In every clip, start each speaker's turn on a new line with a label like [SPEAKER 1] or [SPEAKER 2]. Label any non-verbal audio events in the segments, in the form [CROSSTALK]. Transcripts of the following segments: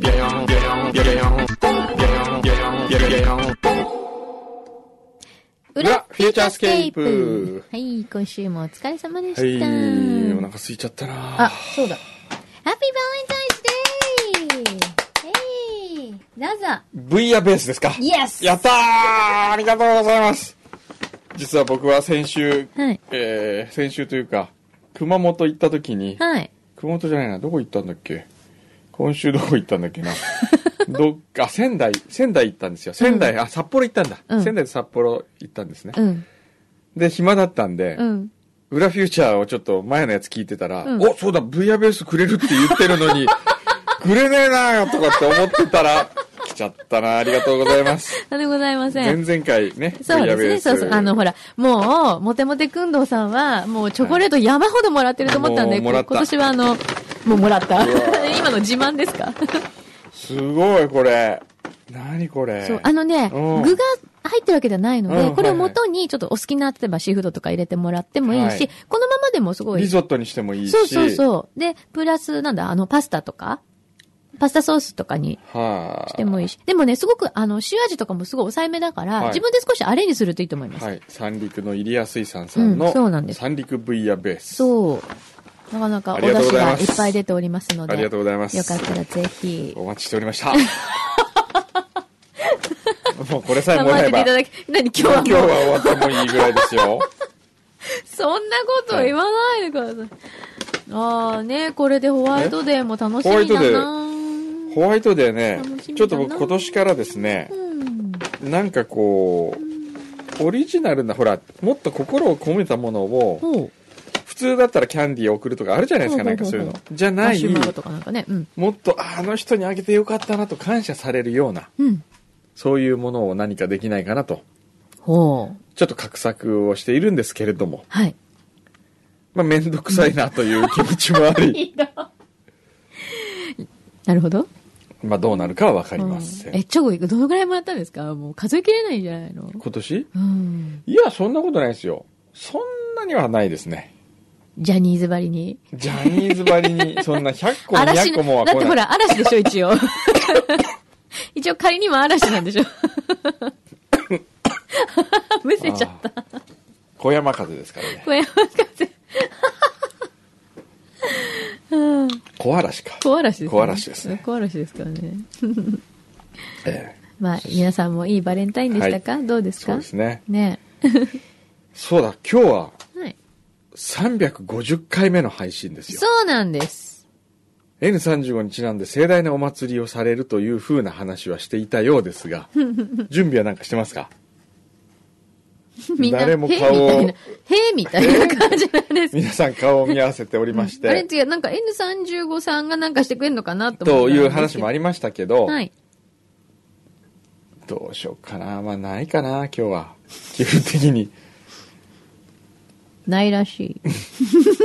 [SPEAKER 1] Yeah, yeah, yeah, yeah, yeah, yeah, yeah, yeah, yeah. 裏フューチャースケープ
[SPEAKER 2] はい、今週もお疲れ様で
[SPEAKER 1] は
[SPEAKER 2] した。
[SPEAKER 1] い、お腹空いちゃったな
[SPEAKER 2] あ、そうだ。ハッピーバレンタインズデーイェーイどうぞ
[SPEAKER 1] V アベースですか
[SPEAKER 2] Yes
[SPEAKER 1] やったーありがとうございます実は僕は先週、
[SPEAKER 2] はい
[SPEAKER 1] えー、先週というか、熊本行った時に、
[SPEAKER 2] はい。
[SPEAKER 1] 熊本じゃないな、どこ行ったんだっけ今週どこ行ったんだっ
[SPEAKER 2] [LAUGHS]
[SPEAKER 1] けなどっか、仙台、仙台行ったんですよ。仙台、あ、札幌行ったんだ。
[SPEAKER 2] うん
[SPEAKER 1] 仙台と札幌行ったんですね。
[SPEAKER 2] うん、
[SPEAKER 1] で、暇だったんで、
[SPEAKER 2] うん。
[SPEAKER 1] 裏フューチャーをちょっと前のやつ聞いてたら、
[SPEAKER 2] うん
[SPEAKER 1] お、そうだ、VR ベースくれるって言ってるの
[SPEAKER 2] [LAUGHS]
[SPEAKER 1] に、くれねえなよとかって思ってたら、来ちゃったな、ありがとうござい
[SPEAKER 2] [LAUGHS]
[SPEAKER 1] ます。
[SPEAKER 2] なんでございませ
[SPEAKER 1] 前
[SPEAKER 2] ん。
[SPEAKER 1] 々回ね、
[SPEAKER 2] そうですね。そうそう。あの、
[SPEAKER 1] も
[SPEAKER 2] ほら、もう、モテモテくんどうさんは、もうチョコレート山ほどもらってると思ったんで、
[SPEAKER 1] もうもらった
[SPEAKER 2] 今年はあの、もうもらった。
[SPEAKER 1] うわ
[SPEAKER 2] [LAUGHS] 今の自慢ですか
[SPEAKER 1] すごい、これ。何これ。
[SPEAKER 2] そう、あのね、
[SPEAKER 1] うん
[SPEAKER 2] 具が入ってるわけじゃないの
[SPEAKER 1] う
[SPEAKER 2] で、
[SPEAKER 1] ん
[SPEAKER 2] これを元に、ちょっとお好きな、例えばシーフードとか入れてもらってもいい
[SPEAKER 1] はい
[SPEAKER 2] し、このままでもすごい
[SPEAKER 1] リゾットにしてもいいし。
[SPEAKER 2] そうそうそう。で、プラス、なんだ、あの、パスタとか、パスタソースとかに
[SPEAKER 1] はあ。
[SPEAKER 2] してもいいし。でもね、すごく、あの、塩味とかもすごい抑えめだから、
[SPEAKER 1] はい
[SPEAKER 2] 自分で少しアレンジするといいと思います。
[SPEAKER 1] はい。三陸の入安井さんさんの、
[SPEAKER 2] うんそうなんです
[SPEAKER 1] 三陸 VR ベース。
[SPEAKER 2] そう。なかなかお
[SPEAKER 1] ありが
[SPEAKER 2] 出
[SPEAKER 1] とうご
[SPEAKER 2] 汁
[SPEAKER 1] ざい
[SPEAKER 2] が
[SPEAKER 1] ま
[SPEAKER 2] い
[SPEAKER 1] す
[SPEAKER 2] っぱい出ておりますので。
[SPEAKER 1] ありがとうございます。
[SPEAKER 2] よかったらぜひ。
[SPEAKER 1] お待ちしておりま
[SPEAKER 2] [LAUGHS]
[SPEAKER 1] した。もうこれさえもらえ
[SPEAKER 2] て
[SPEAKER 1] ば
[SPEAKER 2] いた。だき、何今日
[SPEAKER 1] 今日
[SPEAKER 2] は
[SPEAKER 1] は
[SPEAKER 2] もう、
[SPEAKER 1] 終わってもいいぐらいですよ。
[SPEAKER 2] そんなこと言わないでください。ああね、これでホワイトデーも楽し
[SPEAKER 1] え
[SPEAKER 2] み
[SPEAKER 1] ホワイト
[SPEAKER 2] だ
[SPEAKER 1] デ
[SPEAKER 2] な
[SPEAKER 1] [LAUGHS] ホワイトデーね
[SPEAKER 2] 楽しみだ、な
[SPEAKER 1] ちょっと僕今年からですね
[SPEAKER 2] う、ん。
[SPEAKER 1] なんかこう、オリジナルな、ほら、もっと心を込めたものを、
[SPEAKER 2] ほう。
[SPEAKER 1] 普通だったらキャンディー送るとかあるじゃないですか、
[SPEAKER 2] ほ
[SPEAKER 1] な
[SPEAKER 2] うんほ
[SPEAKER 1] か
[SPEAKER 2] うほう
[SPEAKER 1] そ
[SPEAKER 2] ほ
[SPEAKER 1] うういうの。じゃな
[SPEAKER 2] マ
[SPEAKER 1] い
[SPEAKER 2] シ、ュマロとかなんかね。うん。
[SPEAKER 1] もっと、ああの人にあげてよかったなと感謝されるような、
[SPEAKER 2] うん。
[SPEAKER 1] そういうものを何かできないかなと、
[SPEAKER 2] ほう。
[SPEAKER 1] ちょっと画策をしているんですけれども、
[SPEAKER 2] はい。
[SPEAKER 1] まあ、めんどくさいなという気持ちもあ
[SPEAKER 2] [LAUGHS]
[SPEAKER 1] り、
[SPEAKER 2] なるほど。
[SPEAKER 1] まあ、どうなるかはわかりま
[SPEAKER 2] う
[SPEAKER 1] せ
[SPEAKER 2] んえ、
[SPEAKER 1] ん。
[SPEAKER 2] チョコどのぐらいもらったんですかもう数えきれないんじゃないの
[SPEAKER 1] 今年
[SPEAKER 2] うん。
[SPEAKER 1] いや、そんなことないですよ。そんなにはないですね。
[SPEAKER 2] ジャニーズばりに。
[SPEAKER 1] ジャニーズばり
[SPEAKER 2] [LAUGHS]
[SPEAKER 1] に、そんな100個も
[SPEAKER 2] 嵐
[SPEAKER 1] 200個も
[SPEAKER 2] の、
[SPEAKER 1] は
[SPEAKER 2] だ
[SPEAKER 1] 来
[SPEAKER 2] っ
[SPEAKER 1] ない。
[SPEAKER 2] てほら、嵐でしょ、一応。 [LAUGHS] 一応仮にも嵐な
[SPEAKER 1] [LAUGHS]
[SPEAKER 2] んでしょ。むせちゃった。
[SPEAKER 1] あー小山風ですからね。
[SPEAKER 2] 小山風。うん
[SPEAKER 1] 小嵐か。
[SPEAKER 2] 小嵐ですね。
[SPEAKER 1] 小嵐ですね
[SPEAKER 2] 小嵐ですからね。
[SPEAKER 1] ええ
[SPEAKER 2] まあ、皆さんもいいバレンタインでしたか、どうです
[SPEAKER 1] そう
[SPEAKER 2] か
[SPEAKER 1] ですね。
[SPEAKER 2] ね
[SPEAKER 1] そうだ、今日は
[SPEAKER 2] はい。
[SPEAKER 1] 350回目の配信ですよ
[SPEAKER 2] そ。うなんです。
[SPEAKER 1] N35 にちなんで盛大なお祭りをされるという風な話はしていたようです
[SPEAKER 2] [LAUGHS]
[SPEAKER 1] が、準備はなんかしてますか
[SPEAKER 2] みんな、
[SPEAKER 1] 誰も顔を
[SPEAKER 2] へーみたいな、へーみたいな感じなん
[SPEAKER 1] [LAUGHS]
[SPEAKER 2] ですけど
[SPEAKER 1] 皆さん顔を見合わせておりまし
[SPEAKER 2] [LAUGHS] あれ
[SPEAKER 1] て、
[SPEAKER 2] 違う、なんか N35 さんがなんかしてくれんのかなと思
[SPEAKER 1] という話もあ
[SPEAKER 2] り
[SPEAKER 1] りましたけど、
[SPEAKER 2] はい。
[SPEAKER 1] どうしようかな。まあ、ないかな、今日は。基本的に。
[SPEAKER 2] ないらしい。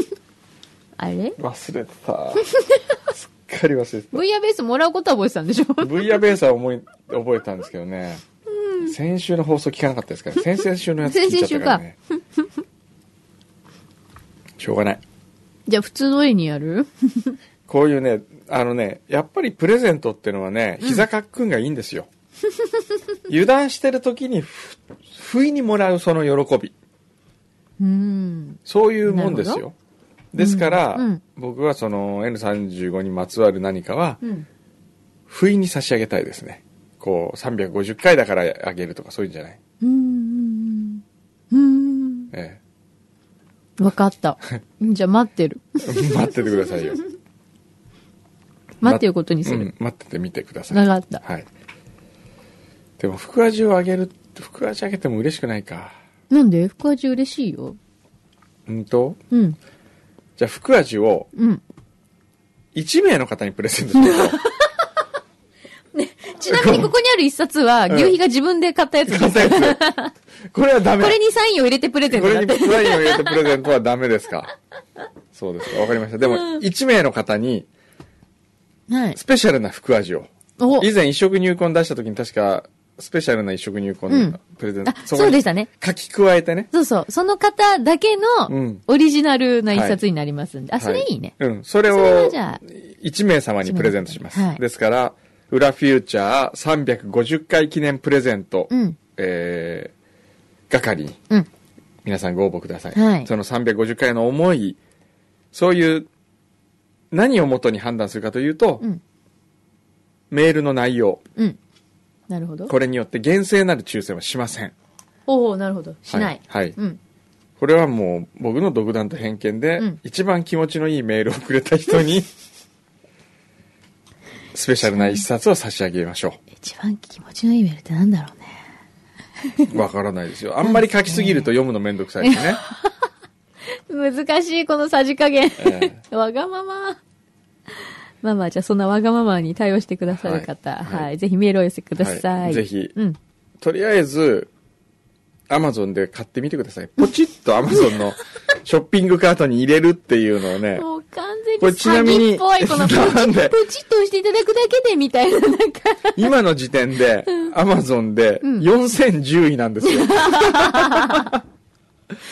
[SPEAKER 2] [LAUGHS] あれ
[SPEAKER 1] 忘れてた。 [LAUGHS] すっかり忘れてた。
[SPEAKER 2] ブイヤベースもらうことは覚えてたんでしょ
[SPEAKER 1] ブイヤベースは思い、覚えたんですけどね。先週の放送聞かなかったです
[SPEAKER 2] [LAUGHS]
[SPEAKER 1] から、先々週のやつ聞いちゃったからね。 [LAUGHS] しょうがない。
[SPEAKER 2] じゃあ普通通りにやる
[SPEAKER 1] こういうね、あのね、やっぱりプレゼントってのはね、膝かっくんがいいんですよ。 [LAUGHS] 油断してる時にふ、不意にもらうその喜び。
[SPEAKER 2] うん。
[SPEAKER 1] そういうもんです
[SPEAKER 2] なる
[SPEAKER 1] よ。ですから、
[SPEAKER 2] うんうん
[SPEAKER 1] 僕はその N35 にまつわる何かは、
[SPEAKER 2] うん。
[SPEAKER 1] 不意に差し上げたいですね。こう、350回だからあげるとかそういうんじゃない。
[SPEAKER 2] うん。うん。
[SPEAKER 1] え
[SPEAKER 2] わかった。じゃあ待ってる。
[SPEAKER 1] え、 [LAUGHS] 待っててくださいよ。
[SPEAKER 2] 待ってることにす
[SPEAKER 1] う
[SPEAKER 2] る。
[SPEAKER 1] ん、待っててみてくださ。
[SPEAKER 2] ないかった。
[SPEAKER 1] はい。でも、福味をあげる、福味あげても嬉しくないか。
[SPEAKER 2] なんで福味嬉しいよ。
[SPEAKER 1] うんと
[SPEAKER 2] うん。
[SPEAKER 1] じゃあ、福味を
[SPEAKER 2] うん。
[SPEAKER 1] 1名の方にプレゼントしましょう。
[SPEAKER 2] ちなみにここにある一冊は、
[SPEAKER 1] うん
[SPEAKER 2] 牛皮が自分で買ったやつです。
[SPEAKER 1] 買ったやつ [LAUGHS] これはダメ
[SPEAKER 2] これにサインを入れてプレゼン
[SPEAKER 1] こ
[SPEAKER 2] トだ
[SPEAKER 1] れ
[SPEAKER 2] っ
[SPEAKER 1] に
[SPEAKER 2] て。
[SPEAKER 1] ワインを入れてプレゼントはダメですかそうですかわかりましたでも1名の方に
[SPEAKER 2] はい。
[SPEAKER 1] スペシャルな福味を
[SPEAKER 2] お
[SPEAKER 1] 以前一食入魂出した時に確かスペシャルな一食入
[SPEAKER 2] う
[SPEAKER 1] 魂
[SPEAKER 2] ん
[SPEAKER 1] のプレゼント、
[SPEAKER 2] あ、そうでしたね。
[SPEAKER 1] 書き加えてね
[SPEAKER 2] そうそう。その方だけ
[SPEAKER 1] う
[SPEAKER 2] の
[SPEAKER 1] ん
[SPEAKER 2] オリジナルな一冊になりますんで。あ、それいいね。
[SPEAKER 1] はいうんそれ
[SPEAKER 2] それは
[SPEAKER 1] を
[SPEAKER 2] じゃあ
[SPEAKER 1] 1名様にプレゼントします、
[SPEAKER 2] はい
[SPEAKER 1] ですから裏フューチャー350回記念プレゼント、
[SPEAKER 2] うん
[SPEAKER 1] えー係に
[SPEAKER 2] うん。
[SPEAKER 1] 皆さんご応募ください、
[SPEAKER 2] はい
[SPEAKER 1] その350回の思いそういう何をもとに判断するかというと、
[SPEAKER 2] うん
[SPEAKER 1] メールの内容
[SPEAKER 2] うん。なるほど。
[SPEAKER 1] これによって厳正なる抽選はしません
[SPEAKER 2] おおなるほど。しない。
[SPEAKER 1] はい、はい
[SPEAKER 2] うん。
[SPEAKER 1] これはもう僕の独断と偏見で、
[SPEAKER 2] うん
[SPEAKER 1] 一番気持ちのいいメールをくれた人
[SPEAKER 2] [LAUGHS]
[SPEAKER 1] にスペシャルな一冊を差し上げましょ
[SPEAKER 2] 一番気持ちのいいメールってなんだろうね。
[SPEAKER 1] うわからないですよあんまり書きすぎると読むのめんどくさいし
[SPEAKER 2] [LAUGHS]
[SPEAKER 1] ね、
[SPEAKER 2] 難しい、このさじ加減。
[SPEAKER 1] え
[SPEAKER 2] [LAUGHS] わがまま。まあまあ、じゃあそんなわがままに対応してくださる方、は。
[SPEAKER 1] はいいはい
[SPEAKER 2] ぜひメールをお寄せください。
[SPEAKER 1] はいぜひ
[SPEAKER 2] うん。
[SPEAKER 1] とりあえずアマゾンで買ってみてくださいポチッとアマゾン
[SPEAKER 2] [LAUGHS]
[SPEAKER 1] のショッピングカートに入れるっていうのをね
[SPEAKER 2] もう完全に
[SPEAKER 1] これちなみに
[SPEAKER 2] 詐欺っぽい、このプチ
[SPEAKER 1] なんで
[SPEAKER 2] プチッと押していただくだけで、みたいな、なん
[SPEAKER 1] [LAUGHS]
[SPEAKER 2] か。
[SPEAKER 1] 今の時点でアマゾンで4010位なんです
[SPEAKER 2] [LAUGHS]
[SPEAKER 1] よ、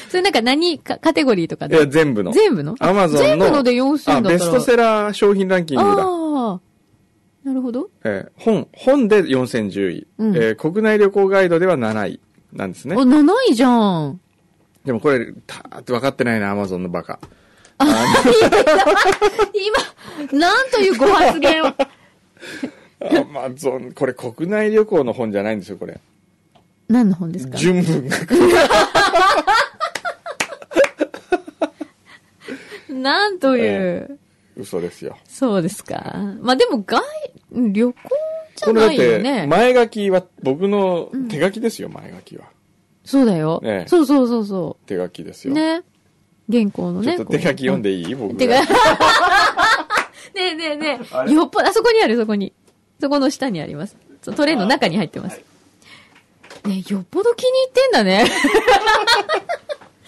[SPEAKER 2] それなんか何か、カテゴリーとか
[SPEAKER 1] いや
[SPEAKER 2] で。
[SPEAKER 1] 全部の
[SPEAKER 2] 全部の
[SPEAKER 1] アマゾンの
[SPEAKER 2] 全部ので4000だ
[SPEAKER 1] あ
[SPEAKER 2] ったら
[SPEAKER 1] ベストセラー商品ランキングだ
[SPEAKER 2] ああ。なるほど。
[SPEAKER 1] えー本、本で4010位、
[SPEAKER 2] うん
[SPEAKER 1] えー国内旅行ガイドでは7位なんです
[SPEAKER 2] あ、
[SPEAKER 1] ね。
[SPEAKER 2] 7位じゃん。
[SPEAKER 1] でもこれ、たーって分かってないな、アマゾンのバカ。
[SPEAKER 2] 今、なんというご発言を。
[SPEAKER 1] [LAUGHS] アマゾン、これ国内旅行の本じゃないんですよ、これ。
[SPEAKER 2] 何の本ですか
[SPEAKER 1] 純文学。
[SPEAKER 2] なんという。
[SPEAKER 1] 嘘ですよ。
[SPEAKER 2] そうですか。まあでも、外、旅行じゃ
[SPEAKER 1] これだっ
[SPEAKER 2] ないよ
[SPEAKER 1] て、
[SPEAKER 2] ね。
[SPEAKER 1] 前書きは、僕の手書きですよ、前書きは。
[SPEAKER 2] そうだよ、
[SPEAKER 1] ええ
[SPEAKER 2] そうそうそうそ
[SPEAKER 1] 手書きです
[SPEAKER 2] う。
[SPEAKER 1] よ。
[SPEAKER 2] ね。原稿の
[SPEAKER 1] ちょ
[SPEAKER 2] ね。
[SPEAKER 1] っと手書き読ん
[SPEAKER 2] で。
[SPEAKER 1] でいい僕
[SPEAKER 2] て
[SPEAKER 1] が
[SPEAKER 2] か。、 [LAUGHS] ねえねえね
[SPEAKER 1] あ
[SPEAKER 2] え。
[SPEAKER 1] れ
[SPEAKER 2] よっぽど、あそこにある、そこに。そこの下にあります。そうトレーの中に入ってます。ねえよっぽど気に入ってんだね。 [LAUGHS]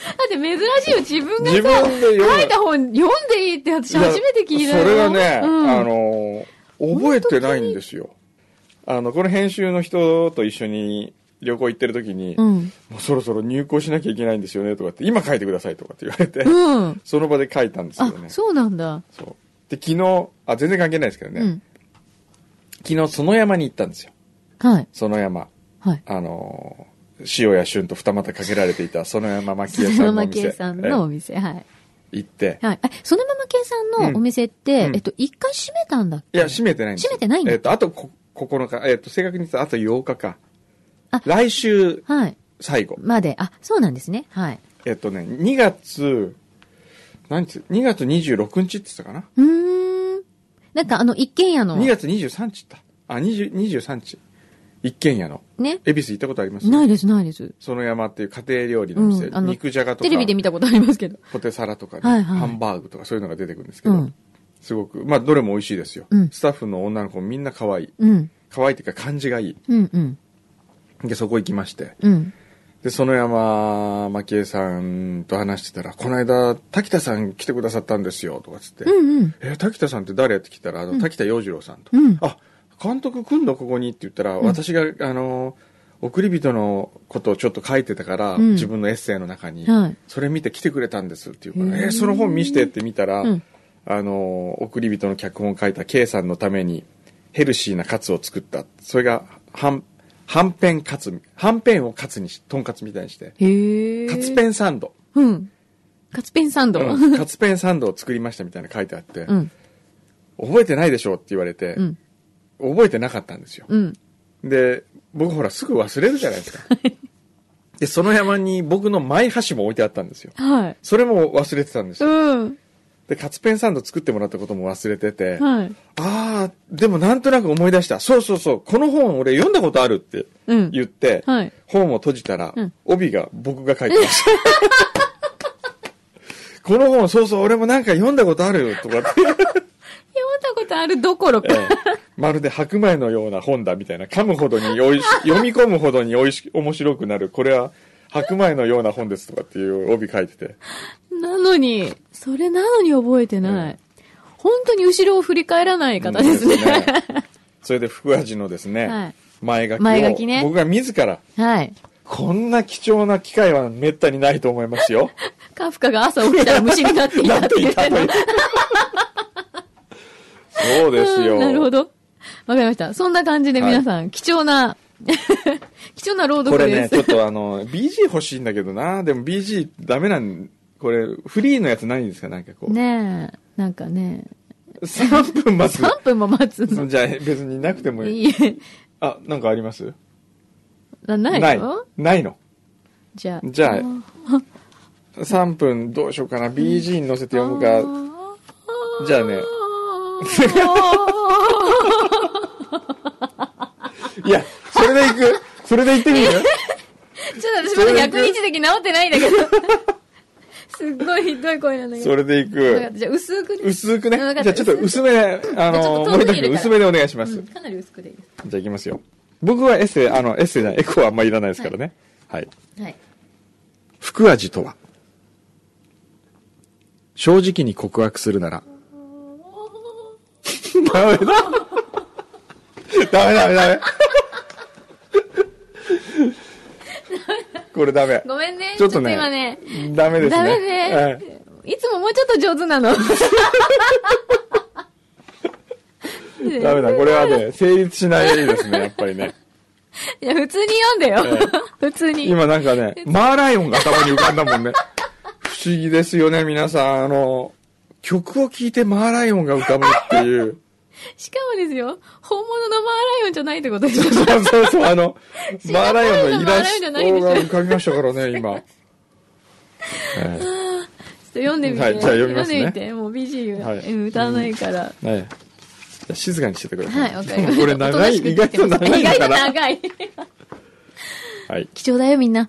[SPEAKER 2] だって珍しいよ、自分が
[SPEAKER 1] 自
[SPEAKER 2] さ、
[SPEAKER 1] 分で読む
[SPEAKER 2] 書いた本読んでいいって私初めて聞いたよ。
[SPEAKER 1] それがね、
[SPEAKER 2] うん
[SPEAKER 1] あの覚えてないんですよあのこの編集の人と一緒に旅行行ってる時に、
[SPEAKER 2] うん。
[SPEAKER 1] もうそろそろ入校しなきゃいけないんですよねとかって今書いてくださいとかって言われて、
[SPEAKER 2] うん。
[SPEAKER 1] [LAUGHS] その場で書いたんですよ
[SPEAKER 2] あ、
[SPEAKER 1] ね
[SPEAKER 2] そうなんだ。
[SPEAKER 1] そうで昨日あ全然関係ないですけどね、
[SPEAKER 2] うん。
[SPEAKER 1] 昨日園山に行ったんですよ
[SPEAKER 2] はい。
[SPEAKER 1] 園山
[SPEAKER 2] はい。
[SPEAKER 1] あの塩谷俊と二股かけられていた園山
[SPEAKER 2] そ
[SPEAKER 1] 蒔江さんの
[SPEAKER 2] の
[SPEAKER 1] お
[SPEAKER 2] まま
[SPEAKER 1] 店
[SPEAKER 2] けさんのお店、はい。
[SPEAKER 1] え行って
[SPEAKER 2] はい。え、そのままけさんのお店って、
[SPEAKER 1] うん
[SPEAKER 2] えっと、一回閉めたんだっけ
[SPEAKER 1] いや、閉めてないんですよ
[SPEAKER 2] 閉めてないんだ
[SPEAKER 1] えっ、と、あとこ9日、えっ、と、正確に言うとあと8日か
[SPEAKER 2] あ。
[SPEAKER 1] 来週
[SPEAKER 2] はい。
[SPEAKER 1] 最後。
[SPEAKER 2] まで。あ、そうなんですね。はい。
[SPEAKER 1] えっ、とね、2月、何日 ?2 月26日って言ったかな、
[SPEAKER 2] うーん。なんか、あの、一軒家の
[SPEAKER 1] ?2、月23日って言った。あ、20 23日。一軒家の。
[SPEAKER 2] ね。
[SPEAKER 1] 恵比寿行ったことあります
[SPEAKER 2] ないです、ないです。
[SPEAKER 1] その山っていう家庭料理の店、
[SPEAKER 2] うんあの
[SPEAKER 1] 肉じゃがとか
[SPEAKER 2] テレビで見たことありますけど。
[SPEAKER 1] ポテサラとかね、
[SPEAKER 2] はいはい
[SPEAKER 1] ハンバーグとかそういうのが出てくるんですけ
[SPEAKER 2] う
[SPEAKER 1] ど、
[SPEAKER 2] ん。
[SPEAKER 1] すごく、まあ、どれも美味しいですよ、
[SPEAKER 2] うん
[SPEAKER 1] スタッフの女の子もみんな可愛い。
[SPEAKER 2] うん。
[SPEAKER 1] 可愛いっていうか感じがいい。
[SPEAKER 2] うん、うん。
[SPEAKER 1] で、そこ行きまして。
[SPEAKER 2] うん。
[SPEAKER 1] で、園山蒔江さんと話してたら、この間、滝田さん来てくださったんですよ、とかつって、
[SPEAKER 2] うん、うん。
[SPEAKER 1] えー滝田さんって誰って聞いたら、あの、滝田洋次郎さんと。
[SPEAKER 2] うん
[SPEAKER 1] あ、監督来んのここにって言ったら、私が、あの、送り人のことをちょっと書いてたから、
[SPEAKER 2] うん
[SPEAKER 1] 自分のエッセイの中に、
[SPEAKER 2] はい
[SPEAKER 1] それ見て来てくれたんですっていうから、
[SPEAKER 2] へー
[SPEAKER 1] えーその本見してって見たら、
[SPEAKER 2] うん
[SPEAKER 1] あの、送り人の脚本を書いた K さんのために、ヘルシーなカツを作った。それが、はん、はんぺんカツ、はんぺんをカツにし、とんかつみたいにして、
[SPEAKER 2] へえ。
[SPEAKER 1] カツペンサンド、
[SPEAKER 2] うん。カツペンサンド。
[SPEAKER 1] うん
[SPEAKER 2] [LAUGHS]
[SPEAKER 1] カツペンサンドを作りましたみたいなの書いてあって、
[SPEAKER 2] うん。
[SPEAKER 1] 覚えてないでしょうって言われて、
[SPEAKER 2] うん。
[SPEAKER 1] 覚えてなかったんですよ。
[SPEAKER 2] うん。
[SPEAKER 1] で、僕ほらすぐ忘れるじゃない
[SPEAKER 2] [LAUGHS]
[SPEAKER 1] ですか。で、その山に僕のマイ箸も置いてあったんですよ。
[SPEAKER 2] はい。
[SPEAKER 1] それも忘れてたんですよ。
[SPEAKER 2] うん。
[SPEAKER 1] で、カツペンサンド作ってもらったことも忘れてて、
[SPEAKER 2] はい。
[SPEAKER 1] ああ、でもなんとなく思い出した。そうそうそう、この本俺読んだことあるって
[SPEAKER 2] うん。
[SPEAKER 1] 言って、
[SPEAKER 2] はい。
[SPEAKER 1] 本を閉じたら、
[SPEAKER 2] うん
[SPEAKER 1] 帯が僕が書いてま
[SPEAKER 2] [LAUGHS]
[SPEAKER 1] した。この本、そうそう、俺もなんか読んだことあるよとかって。
[SPEAKER 2] 読んだことあるどころか
[SPEAKER 1] え。えまるで白米のような本だみたいな、噛むほどにおい
[SPEAKER 2] [LAUGHS]
[SPEAKER 1] し、読み込むほどにおいし、面白くなる、これは白米のような本ですとかっていう帯書いてて、
[SPEAKER 2] なのに、それなのに覚えてない。
[SPEAKER 1] え
[SPEAKER 2] 本当に後ろを振り返らない方ですね。
[SPEAKER 1] うんですねそれで福味のですね、
[SPEAKER 2] はい
[SPEAKER 1] 前書きを
[SPEAKER 2] 前書きね
[SPEAKER 1] 僕が自ら、
[SPEAKER 2] [LAUGHS] はい。
[SPEAKER 1] こんな貴重な機会はめったにないと思いますよ。
[SPEAKER 2] カフカが朝起きたら虫になっていた
[SPEAKER 1] な
[SPEAKER 2] っ
[SPEAKER 1] ん
[SPEAKER 2] て
[SPEAKER 1] て
[SPEAKER 2] 言
[SPEAKER 1] 言
[SPEAKER 2] っ
[SPEAKER 1] ってた
[SPEAKER 2] る
[SPEAKER 1] という。そうです
[SPEAKER 2] う
[SPEAKER 1] よ。
[SPEAKER 2] ん [LAUGHS] なるほど。わかりました。そんな感じで皆さん、貴重な、 [LAUGHS] 貴重な朗
[SPEAKER 1] こ
[SPEAKER 2] 読
[SPEAKER 1] れね、
[SPEAKER 2] です。
[SPEAKER 1] ちょっとあの、BG 欲しいんだけどな。でも BG ダメなん、これ、フリーのやつないんですかなんかこう。
[SPEAKER 2] ねえ、なんかね、
[SPEAKER 1] 3分待
[SPEAKER 2] 3分も待つの
[SPEAKER 1] つ。。じゃあ別になくてもいい。
[SPEAKER 2] いいえ、
[SPEAKER 1] あ、なんかあります
[SPEAKER 2] なない
[SPEAKER 1] ない
[SPEAKER 2] の。
[SPEAKER 1] ないの。
[SPEAKER 2] じゃあ。
[SPEAKER 1] じゃあ、3分どうしようかな。BG に載せて読む
[SPEAKER 2] あ
[SPEAKER 1] か。
[SPEAKER 2] ー
[SPEAKER 1] じゃあ
[SPEAKER 2] [LAUGHS]
[SPEAKER 1] ね。いや、それで行く。それで行ってみる
[SPEAKER 2] ちょっと私まだ逆位置的治ってないんだけど。すっごいひどい声なんだけど。
[SPEAKER 1] それで行
[SPEAKER 2] わかっ
[SPEAKER 1] く。
[SPEAKER 2] たじゃあ薄くね
[SPEAKER 1] 薄くね。
[SPEAKER 2] う
[SPEAKER 1] じ
[SPEAKER 2] んわ
[SPEAKER 1] ゃ
[SPEAKER 2] か
[SPEAKER 1] あ
[SPEAKER 2] た
[SPEAKER 1] ちょっと薄め、あ
[SPEAKER 2] じゃあちょっ
[SPEAKER 1] の、
[SPEAKER 2] と
[SPEAKER 1] 森田
[SPEAKER 2] 遠くに入れた
[SPEAKER 1] 君
[SPEAKER 2] ら
[SPEAKER 1] 薄めでお願いしま
[SPEAKER 2] う
[SPEAKER 1] す
[SPEAKER 2] ん。かなり薄くでいいで
[SPEAKER 1] じゃあ行きますよ。僕はエッセイ、あの、エッセイじゃない、エコーはあんまいらないですからね。はい。
[SPEAKER 2] す。はい。
[SPEAKER 1] 福味とは正直に告白するなら。 [LAUGHS] ダメだ。ダメダメダメ。これダメ。
[SPEAKER 2] ごめんね。
[SPEAKER 1] ちょっとね
[SPEAKER 2] 今ね。
[SPEAKER 1] ダメですね。
[SPEAKER 2] ダメね、
[SPEAKER 1] ええ
[SPEAKER 2] いつももうちょっと上手な [LAUGHS] の。
[SPEAKER 1] ダメだ。これはね、成立しないですね、やっぱりね。
[SPEAKER 2] いや、普通に読んでよ。普通に。
[SPEAKER 1] 今なんかね、マーライオンが頭に浮かんだもんね。不思議ですよね、皆さん。あの、曲を聴いてマーライオンが浮かぶっていう。
[SPEAKER 2] しかもですよ、本物のマーライオンじゃないっ
[SPEAKER 1] [LAUGHS]
[SPEAKER 2] てことでしょ。
[SPEAKER 1] そうそうそう、あの、
[SPEAKER 2] 違う
[SPEAKER 1] マーライオンのイラストが
[SPEAKER 2] マーライオンじゃないでしょ
[SPEAKER 1] 浮かびましたから
[SPEAKER 2] [LAUGHS]
[SPEAKER 1] ね、今。え
[SPEAKER 2] ちょっと読んでみて。
[SPEAKER 1] はいじゃあ読みますね
[SPEAKER 2] んでみて。もう BG、
[SPEAKER 1] はい
[SPEAKER 2] うん歌わないから。
[SPEAKER 1] えええ静かにしててくださ。
[SPEAKER 2] はいい、わかりました。
[SPEAKER 1] [LAUGHS] これ長い、
[SPEAKER 2] おとなしく
[SPEAKER 1] 意外と長いの
[SPEAKER 2] 意外
[SPEAKER 1] か
[SPEAKER 2] と
[SPEAKER 1] な。
[SPEAKER 2] 長い。
[SPEAKER 1] はい、
[SPEAKER 2] 貴重だよ、みんな。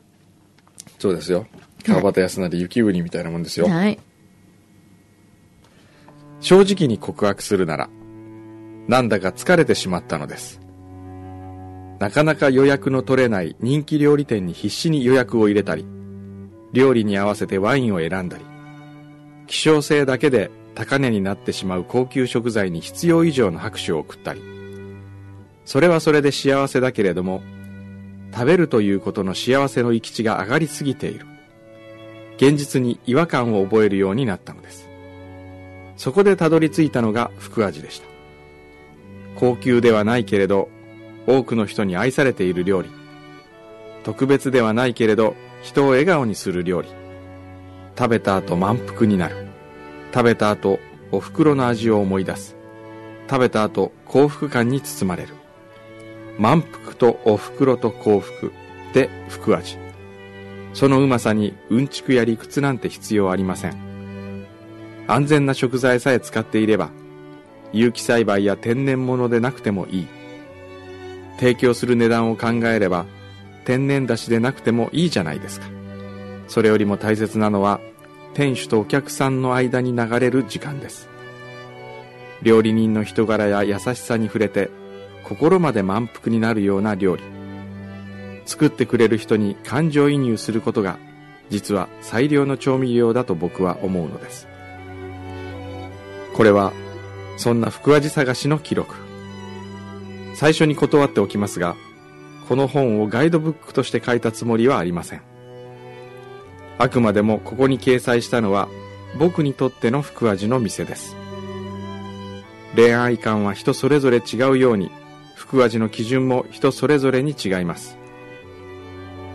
[SPEAKER 1] そうですよ。川端康成、雪国みたいなもんですよ。
[SPEAKER 2] はい。
[SPEAKER 1] 正直に告白するなら、なんだか疲れてしまったのです。なかなか予約の取れない人気料理店に必死に予約を入れたり、料理に合わせてワインを選んだり、希少性だけで高値になってしまう高級食材に必要以上の拍手を送ったり、それはそれで幸せだけれども、食べるということの幸せの閾値が上がりすぎている。現実に違和感を覚えるようになったのです。そこでたどり着いたのが福味でした。高級ではないけれど、多くの人に愛されている料理。特別ではないけれど、人を笑顔にする料理。食べた後満腹になる。食べた後、お袋の味を思い出す。食べた後、幸福感に包まれる。満腹とお袋と幸福で福味。そのうまさにうんちくや理屈なんて必要ありません。安全な食材さえ使っていれば有機栽培や天然物でなくてもいい提供する値段を考えれば天然だしでなくてもいいじゃないですかそれよりも大切なのは店主とお客さんの間に流れる時間です料理人の人柄や優しさに触れて心まで満腹になるような料理作ってくれる人に感情移入することが実は最良の調味料だと僕は思うのですこれはそんな福味探しの記録最初に断っておきますがこの本をガイドブックとして書いたつもりはありませんあくまでもここに掲載したのは僕にとっての福味の店です恋愛観は人それぞれ違うように福味の基準も人それぞれに違います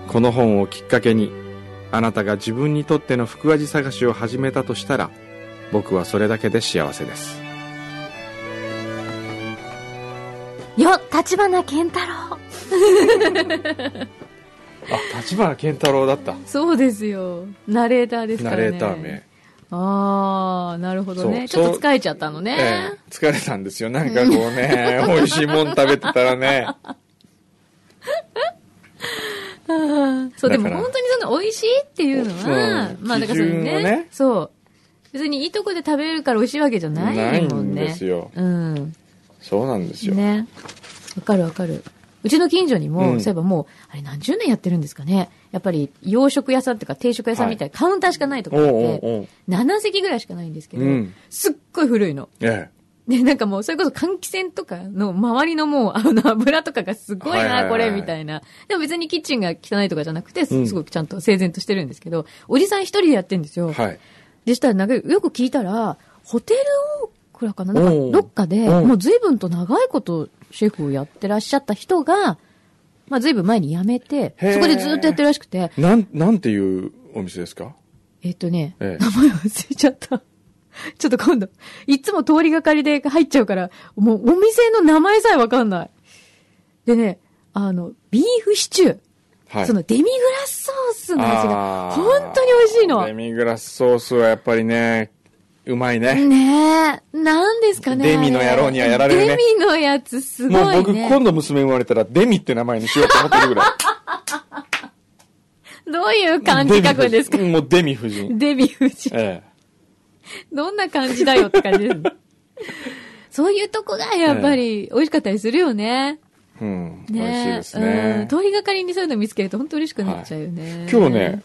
[SPEAKER 1] この本をきっかけにあなたが自分にとっての福味探しを始めたとしたら僕はそれだけで幸せです
[SPEAKER 2] よ、立花健太郎。
[SPEAKER 1] [LAUGHS] あ立花健太郎だった、
[SPEAKER 2] そうですよ。ナレーターですか
[SPEAKER 1] ナ
[SPEAKER 2] らね。
[SPEAKER 1] レーター名、
[SPEAKER 2] あー、なるほどね。ち
[SPEAKER 1] そう
[SPEAKER 2] ょっと疲れちゃったの
[SPEAKER 1] え
[SPEAKER 2] ね。
[SPEAKER 1] え疲れたんですよなんかこうね、
[SPEAKER 2] [LAUGHS]
[SPEAKER 1] 美味しいもん食べてたらね
[SPEAKER 2] そう、でも
[SPEAKER 1] だから
[SPEAKER 2] [LAUGHS] 本当にその美味しいっていうのは、
[SPEAKER 1] うん
[SPEAKER 2] まあだからそ
[SPEAKER 1] 基
[SPEAKER 2] の
[SPEAKER 1] 準を
[SPEAKER 2] ね
[SPEAKER 1] ね
[SPEAKER 2] そう。別にいいとこで食べれるから美味しいわけじゃないもんね。
[SPEAKER 1] ないんですよ
[SPEAKER 2] うん。
[SPEAKER 1] そうなんですよ。
[SPEAKER 2] ね。わかるわかる。うちの近所にも、
[SPEAKER 1] うん
[SPEAKER 2] そういえばもう、あれ何十年やってるんですかね。やっぱり洋食屋さんっていうか定食屋さんみたいな、カウンターしかないとこ
[SPEAKER 1] お
[SPEAKER 2] ろ
[SPEAKER 1] う
[SPEAKER 2] で、
[SPEAKER 1] おうおう。
[SPEAKER 2] 7席ぐらいしかないんですけど、
[SPEAKER 1] うん
[SPEAKER 2] すっごい古いの。
[SPEAKER 1] え
[SPEAKER 2] で、なんかもう、それこそ換気扇とかの周りのもう、あの、油とかがすごい
[SPEAKER 1] はいはいはいは
[SPEAKER 2] な、
[SPEAKER 1] い
[SPEAKER 2] これ、みたいな。でも別にキッチンが汚いとかじゃなくて、
[SPEAKER 1] う
[SPEAKER 2] す
[SPEAKER 1] ん
[SPEAKER 2] すごくちゃんと整然としてるんですけど、おじさん一人でやってんです
[SPEAKER 1] え。
[SPEAKER 2] よ。
[SPEAKER 1] はい。
[SPEAKER 2] でしたら、なんかよく聞いたら、ホテルオークラかななんか
[SPEAKER 1] おう
[SPEAKER 2] どっかで、
[SPEAKER 1] うん
[SPEAKER 2] もう随分と長いことシェフをやってらっしゃった人が、まあ随分前に辞めて、
[SPEAKER 1] へー
[SPEAKER 2] そこでずっとやってるらしくて、
[SPEAKER 1] なん、なんていうお店ですか
[SPEAKER 2] えっとね、
[SPEAKER 1] ええ
[SPEAKER 2] 名前忘れちゃった。ちょっと今度、いつも通りがかりで入っちゃうから、もうお店の名前さえわかんない。でね、あの、ビーフシチュー。
[SPEAKER 1] はい。
[SPEAKER 2] そのデミグラスソースの味が、
[SPEAKER 1] あー
[SPEAKER 2] 本当に美味しいの。
[SPEAKER 1] デミグラスソースはやっぱりね、うまいね。
[SPEAKER 2] ねえ、なんですかね。
[SPEAKER 1] デミの野郎にはやられるね
[SPEAKER 2] デミのやつすごい
[SPEAKER 1] もう
[SPEAKER 2] ね。
[SPEAKER 1] 僕、今度娘生まれたら、デミって名前にしようと思ってるぐらい。
[SPEAKER 2] [LAUGHS] どういう漢字書くんですか
[SPEAKER 1] デヴィ夫人もうデミ夫
[SPEAKER 2] [LAUGHS]
[SPEAKER 1] 人。
[SPEAKER 2] デビ夫人。
[SPEAKER 1] え
[SPEAKER 2] どんな感じだよって感じ
[SPEAKER 1] [LAUGHS]
[SPEAKER 2] ですね。そういうとこがやっぱり美味しかったりするよね。
[SPEAKER 1] え。うん。美味しい
[SPEAKER 2] ね
[SPEAKER 1] ですね
[SPEAKER 2] うん。通りがかりにそういうの見つけると本当嬉しくなっちゃうよね。
[SPEAKER 1] 今日ね、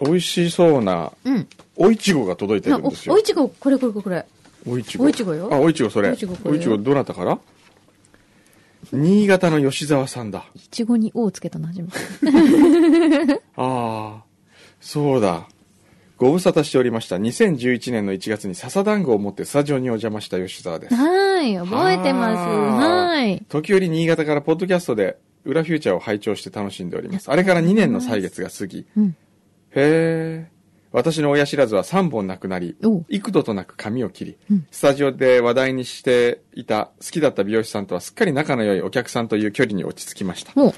[SPEAKER 1] 美味しそうな、
[SPEAKER 2] うん。
[SPEAKER 1] おいちごが届いて
[SPEAKER 2] な
[SPEAKER 1] るん
[SPEAKER 2] お
[SPEAKER 1] です、よ
[SPEAKER 2] おい。ちご、これこれこれこれ。
[SPEAKER 1] おいちご。
[SPEAKER 2] おいちごよ
[SPEAKER 1] あ、おいちごそれ。
[SPEAKER 2] おいちごこれ
[SPEAKER 1] おいちご、どなたから新潟の吉沢さんだ。
[SPEAKER 2] いちごに O をつけたの初めて。
[SPEAKER 1] ああ、そうだ。ご無沙汰しておりました。2011年の1月に笹団子を持ってスタジオにお邪魔した吉沢です。
[SPEAKER 2] はい、覚えてます。
[SPEAKER 1] はー
[SPEAKER 2] はい。
[SPEAKER 1] 時折新潟からポッドキャストで裏フューチャーを拝聴して楽しんでおります。あれから2年の歳月が過ぎ、へ
[SPEAKER 2] うん。
[SPEAKER 1] え。私の親知らずは3本なくなり
[SPEAKER 2] おう、
[SPEAKER 1] 幾度となく髪を切り、
[SPEAKER 2] うん
[SPEAKER 1] スタジオで話題にしていた好きだった美容師さんとはすっかり仲の良いお客さんという距離に落ち着きました。
[SPEAKER 2] もう、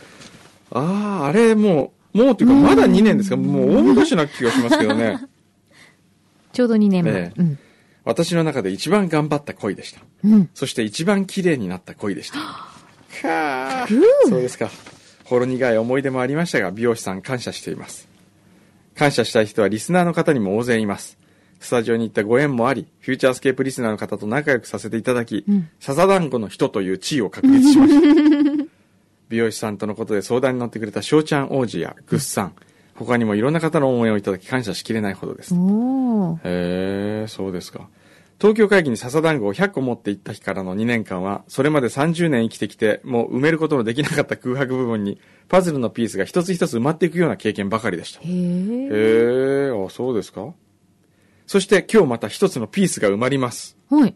[SPEAKER 1] ああ、あれもう、もうというかまだ2年ですか、もう大昔な気がしますけどね。
[SPEAKER 2] ちょうど2年前。
[SPEAKER 1] ねえ
[SPEAKER 2] うん。
[SPEAKER 1] 私の中で一番頑張った恋でした。
[SPEAKER 2] うん。
[SPEAKER 1] そして一番綺麗になった恋でした。かあ
[SPEAKER 2] う
[SPEAKER 1] そうですか。ほろ苦い思い出もありましたが、美容師さん感謝しています。感謝したい人はリスナーの方にも大勢います。スタジオに行ったご縁もあり、フューチャースケープリスナーの方と仲良くさせていただき、
[SPEAKER 2] うん
[SPEAKER 1] 笹団子の人という地位を確立しました。美容師さんとのことで相談に乗ってくれた翔ちゃん王子やグッさん、他にもいろんな方の応援をいただき感謝しきれないほどです。
[SPEAKER 2] おー。
[SPEAKER 1] へえ、そうですか。東京会議に笹団子を100個持って行った日からの2年間は、それまで30年生きてきて、もう埋めることのできなかった空白部分に、パズルのピースが一つ一つ埋まっていくような経験ばかりでした。へ
[SPEAKER 2] へ
[SPEAKER 1] え、
[SPEAKER 2] え。
[SPEAKER 1] あ、そうですか。そして今日また一つのピースが埋まります。
[SPEAKER 2] はい。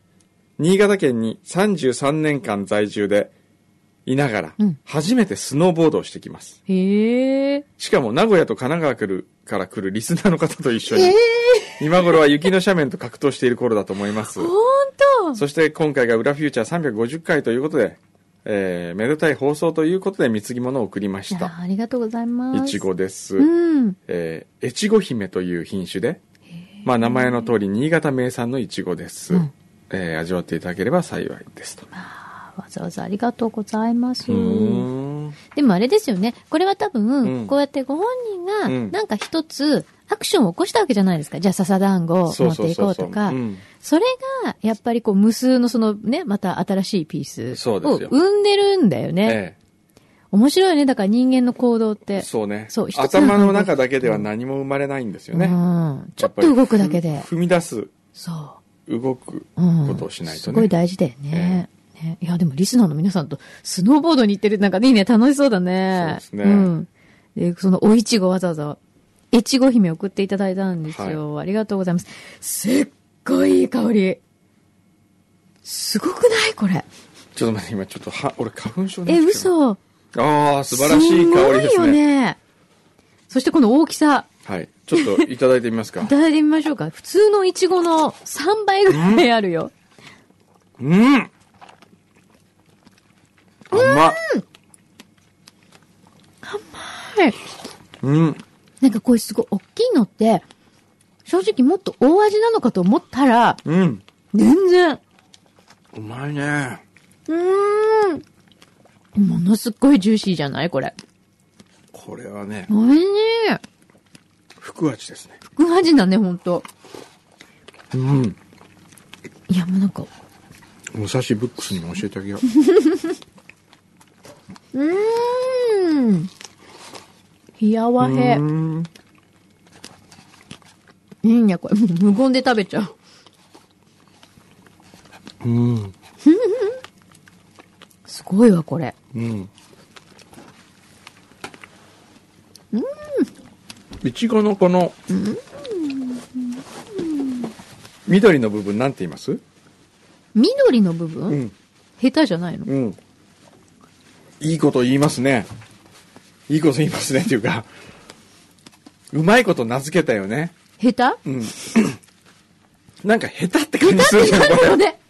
[SPEAKER 1] 新潟県に33年間在住で、いながら
[SPEAKER 2] うん、
[SPEAKER 1] 初めてスノーボードをしてきます。
[SPEAKER 2] へえ。
[SPEAKER 1] しかも名古屋と神奈川来るから来るリスナーの方と一緒に、今頃は雪の斜面と格闘している頃だと思います
[SPEAKER 2] ほ。んと
[SPEAKER 1] そして今回が裏フューチャー350回ということで、えー、めでたい放送ということで貢ぎ物を送りまし
[SPEAKER 2] いや
[SPEAKER 1] た。
[SPEAKER 2] ありがとうございます。
[SPEAKER 1] いちごです。
[SPEAKER 2] うん。
[SPEAKER 1] えー、越後姫という品種で、まあ名前の通り新潟名産のいちごです。
[SPEAKER 2] うん
[SPEAKER 1] えー味わっていただければ幸いですと。
[SPEAKER 2] わざわざありがとうございます
[SPEAKER 1] う。ーん。
[SPEAKER 2] でもあれですよね。これは多分、
[SPEAKER 1] うん
[SPEAKER 2] こうやってご本人が、
[SPEAKER 1] うん
[SPEAKER 2] なんか一つ、アクションを起こしたわけじゃないですか。じゃあ、笹団子を持っていこうとか
[SPEAKER 1] う。ん
[SPEAKER 2] それが、やっぱりこう、無数のそのね、また新しいピース
[SPEAKER 1] そ
[SPEAKER 2] を
[SPEAKER 1] うですよ
[SPEAKER 2] 生んでるんだよね。
[SPEAKER 1] え
[SPEAKER 2] 面白いよね。だから人間の行動っ
[SPEAKER 1] え
[SPEAKER 2] て。
[SPEAKER 1] そうね
[SPEAKER 2] そう一つの
[SPEAKER 1] 頭の中だけでは何も生まれないんですよね。
[SPEAKER 2] うん。ちょっと
[SPEAKER 1] やぱり
[SPEAKER 2] 動くだけで。
[SPEAKER 1] ふ踏み出す、
[SPEAKER 2] そう。
[SPEAKER 1] 動く
[SPEAKER 2] うん
[SPEAKER 1] ことをしないと
[SPEAKER 2] す
[SPEAKER 1] ね。
[SPEAKER 2] ごい大事だよね。ねいや、でもリスナーの皆さんとスノーボードに行ってるなんかね、いいね、楽しそうだね。
[SPEAKER 1] そうですね
[SPEAKER 2] ん。で、その、おいちごわざわざ、えちご姫送っていただいたんですよ。ありがとうございます。すっごいいい香り。すごくないこれ。
[SPEAKER 1] ちょっと待って、今ちょっとは、俺花粉症に
[SPEAKER 2] え、
[SPEAKER 1] なってきた
[SPEAKER 2] 嘘。
[SPEAKER 1] ああ、素晴らしい香りですす
[SPEAKER 2] ごいよ
[SPEAKER 1] ね。
[SPEAKER 2] ね。そしてこの大きさ、
[SPEAKER 1] はい。ちょっといただいてみますか
[SPEAKER 2] い。ただいてみましょうか。普通のいちごの3倍ぐらいあるよ。
[SPEAKER 1] [LAUGHS] うん甘っ
[SPEAKER 2] はい。
[SPEAKER 1] うん
[SPEAKER 2] なんかこれすごい大きいのって、正直もっと大味なのかと思ったら、
[SPEAKER 1] うん
[SPEAKER 2] 全然、
[SPEAKER 1] うまいね。
[SPEAKER 2] うーん。ものすっごいジューシーじゃないこれ。
[SPEAKER 1] これはね、
[SPEAKER 2] おいしい。
[SPEAKER 1] 福味ですね。
[SPEAKER 2] 福味だね、ほんと。
[SPEAKER 1] うん。
[SPEAKER 2] いや、もうなんか、
[SPEAKER 1] 武蔵ブックスにも教えてあげよう。
[SPEAKER 2] うーん。冷やわへ。
[SPEAKER 1] う
[SPEAKER 2] い
[SPEAKER 1] ん
[SPEAKER 2] いね、これ。もう無言で食べちゃ
[SPEAKER 1] う
[SPEAKER 2] う。
[SPEAKER 1] ん。
[SPEAKER 2] すごいわ、これ。
[SPEAKER 1] うん。いちごのこの、緑の部分なんて言います
[SPEAKER 2] 緑の部分、
[SPEAKER 1] うん。
[SPEAKER 2] 下手じゃないの
[SPEAKER 1] うん。いいこと言いますね。いいこと言いますねっていうか、うまいこと名付けたよね。
[SPEAKER 2] 下
[SPEAKER 1] [LAUGHS]
[SPEAKER 2] 手
[SPEAKER 1] うん。なんか下手って感じするじゃん、こ
[SPEAKER 2] な
[SPEAKER 1] れ
[SPEAKER 2] の。ね。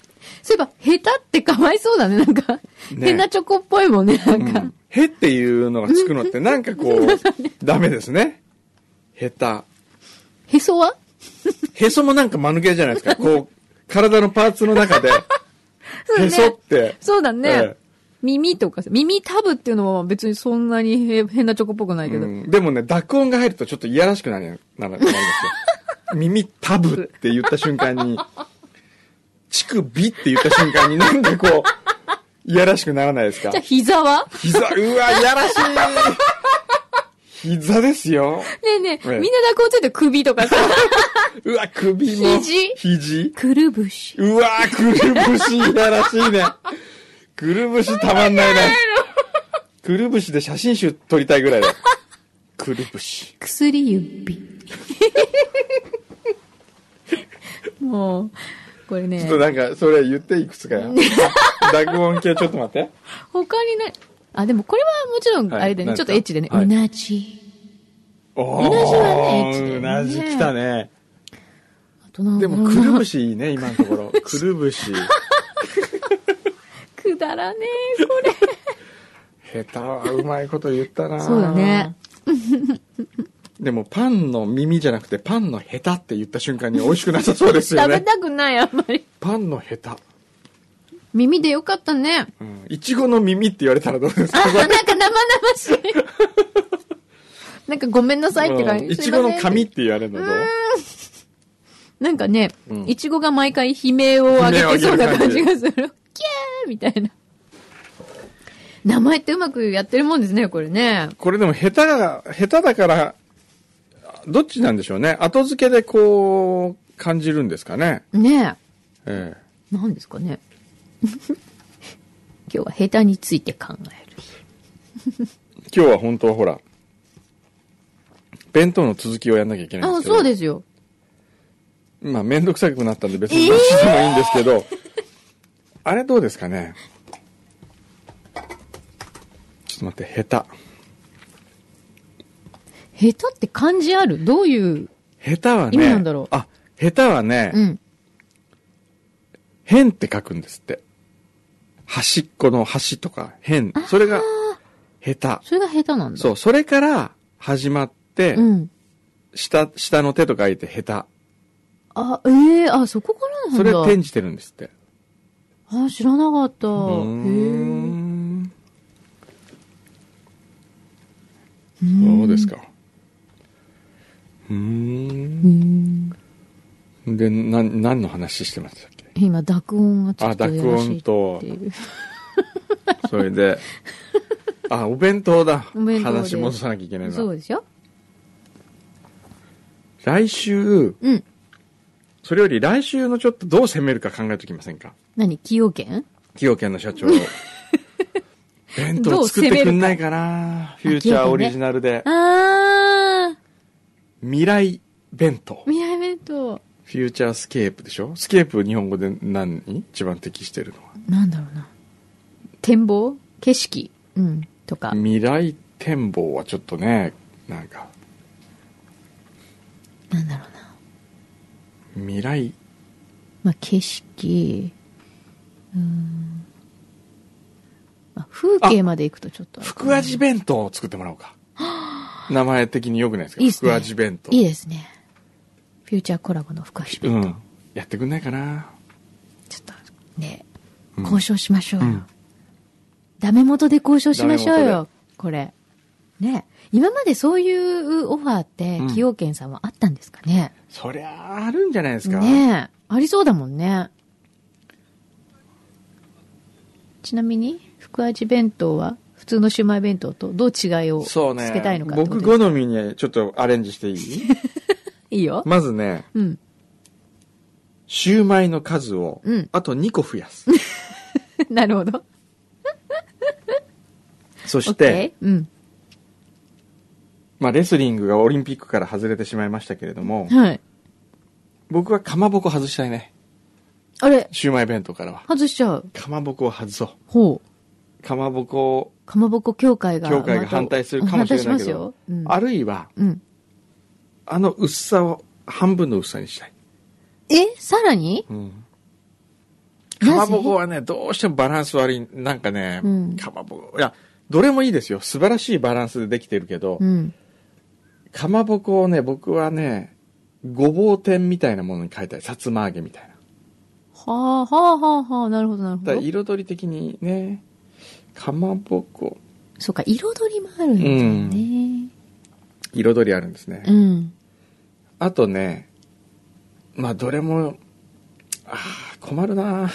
[SPEAKER 2] そういえば、下手ってかわいそうだね、なんか。
[SPEAKER 1] ね
[SPEAKER 2] 変なチョコっぽいもんね、なんか。
[SPEAKER 1] うんへっていうのがつくのってなんかこ [LAUGHS] う、ダメですね。下
[SPEAKER 2] へそは
[SPEAKER 1] 手。へそもなんか間抜けじゃないですか。こう、体のパーツの中 [LAUGHS] で、
[SPEAKER 2] そうね
[SPEAKER 1] へそって。
[SPEAKER 2] そうだね。
[SPEAKER 1] ええ
[SPEAKER 2] 耳とかさ、耳タブっていうのは別にそんなにへ変なチョコっぽくないけど。
[SPEAKER 1] うんでもね、濁音が入るとちょっといやらしくなるなななりますよ。耳タブって言った瞬間に、乳首って言った瞬間になんかこう、いやらしくならないですか
[SPEAKER 2] じゃあ、膝は
[SPEAKER 1] 膝、うわ、いやらしい膝ですよ。
[SPEAKER 2] ねえねえ、
[SPEAKER 1] ええ
[SPEAKER 2] みんな落語ついてる首とかさ、
[SPEAKER 1] うわ、首も。
[SPEAKER 2] 肘
[SPEAKER 1] 肘
[SPEAKER 2] くるぶし。
[SPEAKER 1] うわー、くるぶし、いやらしいね。くるぶしたまんないね。くるぶしで写真集撮りたいぐらいだ。くるぶし。
[SPEAKER 2] 薬指。もう、これ
[SPEAKER 1] ちょ
[SPEAKER 2] ね
[SPEAKER 1] っと、なんか、それ言っていくつかや。濁音系ちょっと待って。
[SPEAKER 2] 他にない。あ、でもこれはもちろん、
[SPEAKER 1] はい
[SPEAKER 2] あれでね、
[SPEAKER 1] 何
[SPEAKER 2] ち
[SPEAKER 1] で
[SPEAKER 2] ょ
[SPEAKER 1] すか
[SPEAKER 2] っとエッチでね、
[SPEAKER 1] はいう
[SPEAKER 2] なじ。
[SPEAKER 1] おー
[SPEAKER 2] うなじはねちょっとね
[SPEAKER 1] うなじ来たね。
[SPEAKER 2] あとなん
[SPEAKER 1] で
[SPEAKER 2] だろう
[SPEAKER 1] も、
[SPEAKER 2] な
[SPEAKER 1] くるぶしいいね、今のとこ
[SPEAKER 2] [LAUGHS]
[SPEAKER 1] ろ。くるぶし。
[SPEAKER 2] くだらねえ、これ。
[SPEAKER 1] 下手はうまいこと言ったな
[SPEAKER 2] そうだね。
[SPEAKER 1] でも、パンの耳じゃなくて、パンのヘタって言った瞬間に美味しくなさそうですよ
[SPEAKER 2] 食べ
[SPEAKER 1] ね。
[SPEAKER 2] たくない、あんまり。
[SPEAKER 1] パンのヘタ。
[SPEAKER 2] 耳でよかったね。
[SPEAKER 1] うん。いちごの耳って言われたらどうです
[SPEAKER 2] あ、
[SPEAKER 1] か
[SPEAKER 2] なんか生々しい。
[SPEAKER 1] [LAUGHS]
[SPEAKER 2] なんかごめんなさいって感じ。
[SPEAKER 1] うんいちごの
[SPEAKER 2] すいません
[SPEAKER 1] 紙って言われるのどう
[SPEAKER 2] なんかね
[SPEAKER 1] うん、
[SPEAKER 2] いちごが毎回悲鳴を上げてそうな感じがする。キャーみたいな。名前ってうまくやってるもんですね、これね。
[SPEAKER 1] これでも下手が、下手だから、どっちなんでしょうね。後付けでこう、感じるんですかね。
[SPEAKER 2] ね
[SPEAKER 1] え
[SPEAKER 2] え。なんですかね。 [LAUGHS] 今日は下手について考える。
[SPEAKER 1] え。今日は本当はほら、弁当の続きをやんなきゃいけないんで
[SPEAKER 2] あ、
[SPEAKER 1] すけど。
[SPEAKER 2] そうですよ。
[SPEAKER 1] まあ、めんどくさくなったんで別にどっちでもいいんですけど、あれどうですかね。ちょっと待って、下
[SPEAKER 2] 下手って漢字あるどういう、
[SPEAKER 1] 手。下手はね、
[SPEAKER 2] 意味なんだろう
[SPEAKER 1] あ、下手はね、
[SPEAKER 2] うん。
[SPEAKER 1] 変って書くんですって。端っこの端とか、変。それが、下
[SPEAKER 2] それが下手なん
[SPEAKER 1] 手。
[SPEAKER 2] だ。
[SPEAKER 1] そう、それから始まって、
[SPEAKER 2] うん。
[SPEAKER 1] 下、下の手と書いて下
[SPEAKER 2] あ、ええあ、そこからなん
[SPEAKER 1] 手。
[SPEAKER 2] だ。
[SPEAKER 1] それ転じてるんですって。
[SPEAKER 2] あ、知らなかった。へ
[SPEAKER 1] うー
[SPEAKER 2] え。
[SPEAKER 1] ん。そうですか。うー。
[SPEAKER 2] うんん
[SPEAKER 1] で、な、何の話してましたっけ
[SPEAKER 2] 今、濁音がちょっと
[SPEAKER 1] あ濁音と
[SPEAKER 2] やらしいっていう
[SPEAKER 1] それ
[SPEAKER 2] [LAUGHS]
[SPEAKER 1] で、あ、お弁当だ。
[SPEAKER 2] お弁当で
[SPEAKER 1] 話戻さなきゃいけない
[SPEAKER 2] [LAUGHS] そう
[SPEAKER 1] な。
[SPEAKER 2] でしょ
[SPEAKER 1] 来週、
[SPEAKER 2] うん。
[SPEAKER 1] それより来週のちょっとどう攻めるか考えときませんか
[SPEAKER 2] 何崎陽軒
[SPEAKER 1] 崎陽軒の社長
[SPEAKER 2] [LAUGHS]
[SPEAKER 1] 弁当作ってくんないかなフ
[SPEAKER 2] ど
[SPEAKER 1] ュー
[SPEAKER 2] う攻めるか
[SPEAKER 1] チャーオリジナルで、
[SPEAKER 2] あー
[SPEAKER 1] 未来弁当フ
[SPEAKER 2] 未来弁当。
[SPEAKER 1] ューチャースケープでしょスケープ日本語で何に一番適してるのは
[SPEAKER 2] なんだろうな。展望景色うん。とか。
[SPEAKER 1] 未来展望はちょっとねなんか
[SPEAKER 2] なんだろうな。
[SPEAKER 1] 未来
[SPEAKER 2] まあ、景色。うーん。あ、風景まで行くとちょっとあれか
[SPEAKER 1] 福
[SPEAKER 2] な。
[SPEAKER 1] 味弁当を作ってもらおう
[SPEAKER 2] [GASPS]
[SPEAKER 1] か名前的によくないですか
[SPEAKER 2] いいっすね
[SPEAKER 1] 福味弁当
[SPEAKER 2] いいですね。フューチャーコラボの福味
[SPEAKER 1] う
[SPEAKER 2] 弁当。
[SPEAKER 1] んやってくんないかな
[SPEAKER 2] ちょっと、ね、
[SPEAKER 1] うん
[SPEAKER 2] 交渉しましょうよ。
[SPEAKER 1] うん
[SPEAKER 2] ダメ元で交渉しましょう
[SPEAKER 1] ダメ
[SPEAKER 2] よ、これ。ね。今までそういうオファーって
[SPEAKER 1] うん、
[SPEAKER 2] 崎陽軒さんはあったんですかね、
[SPEAKER 1] そりゃあ、あるんじゃないですか。
[SPEAKER 2] ねえ。ありそうだもんね。ちなみに、福味弁当は、普通のシウマイ弁当とどう違いをつ
[SPEAKER 1] そうね。
[SPEAKER 2] けたいのかってこと
[SPEAKER 1] 僕
[SPEAKER 2] です
[SPEAKER 1] 好みにちょっとアレンジ
[SPEAKER 2] [LAUGHS]
[SPEAKER 1] していい
[SPEAKER 2] いいよ。
[SPEAKER 1] まずね、 [LAUGHS]
[SPEAKER 2] うん。
[SPEAKER 1] シューマイの数を
[SPEAKER 2] うん、
[SPEAKER 1] あと2個増やす。
[SPEAKER 2] なるほど。
[SPEAKER 1] そ
[SPEAKER 2] オ
[SPEAKER 1] し
[SPEAKER 2] ッケ
[SPEAKER 1] て、
[SPEAKER 2] ー。うん。
[SPEAKER 1] まあ、レスリングがオリンピックから外れてしまいましたけれども、
[SPEAKER 2] はい。
[SPEAKER 1] 僕はかまぼこ外したいね。
[SPEAKER 2] あれ、
[SPEAKER 1] シューマイ弁当からは。
[SPEAKER 2] 外しちゃう。
[SPEAKER 1] かまぼこを外そ
[SPEAKER 2] ほう。
[SPEAKER 1] う。かまぼこ
[SPEAKER 2] かまぼこ協会が。
[SPEAKER 1] 協会が
[SPEAKER 2] また
[SPEAKER 1] 反対するかもしれないけど
[SPEAKER 2] 反対しますよ。うん。
[SPEAKER 1] を、あるいは、
[SPEAKER 2] うん。
[SPEAKER 1] あの薄さを半分の薄さにしたい。
[SPEAKER 2] えさらに
[SPEAKER 1] うん。
[SPEAKER 2] な
[SPEAKER 1] か
[SPEAKER 2] ぜ
[SPEAKER 1] まぼこはね、どうしてもバランス悪い、なんかね、
[SPEAKER 2] うん
[SPEAKER 1] かまぼこ、いや、どれもいいですよ。素晴らしいバランスでできてるけど、
[SPEAKER 2] うん。
[SPEAKER 1] かまぼこをね、僕はね、ごぼう天みたいなものに変えたい。さつま揚げみたいな。
[SPEAKER 2] はあ、はあ、はあ、はあ、なるほど、なるほ
[SPEAKER 1] だから
[SPEAKER 2] ど。
[SPEAKER 1] 彩り的にね、かまぼこ、
[SPEAKER 2] そうか、彩りもあるんですよね。
[SPEAKER 1] 彩りあるんですね。
[SPEAKER 2] うん。
[SPEAKER 1] あとね、まあ、どれも、あー困るな
[SPEAKER 2] [LAUGHS]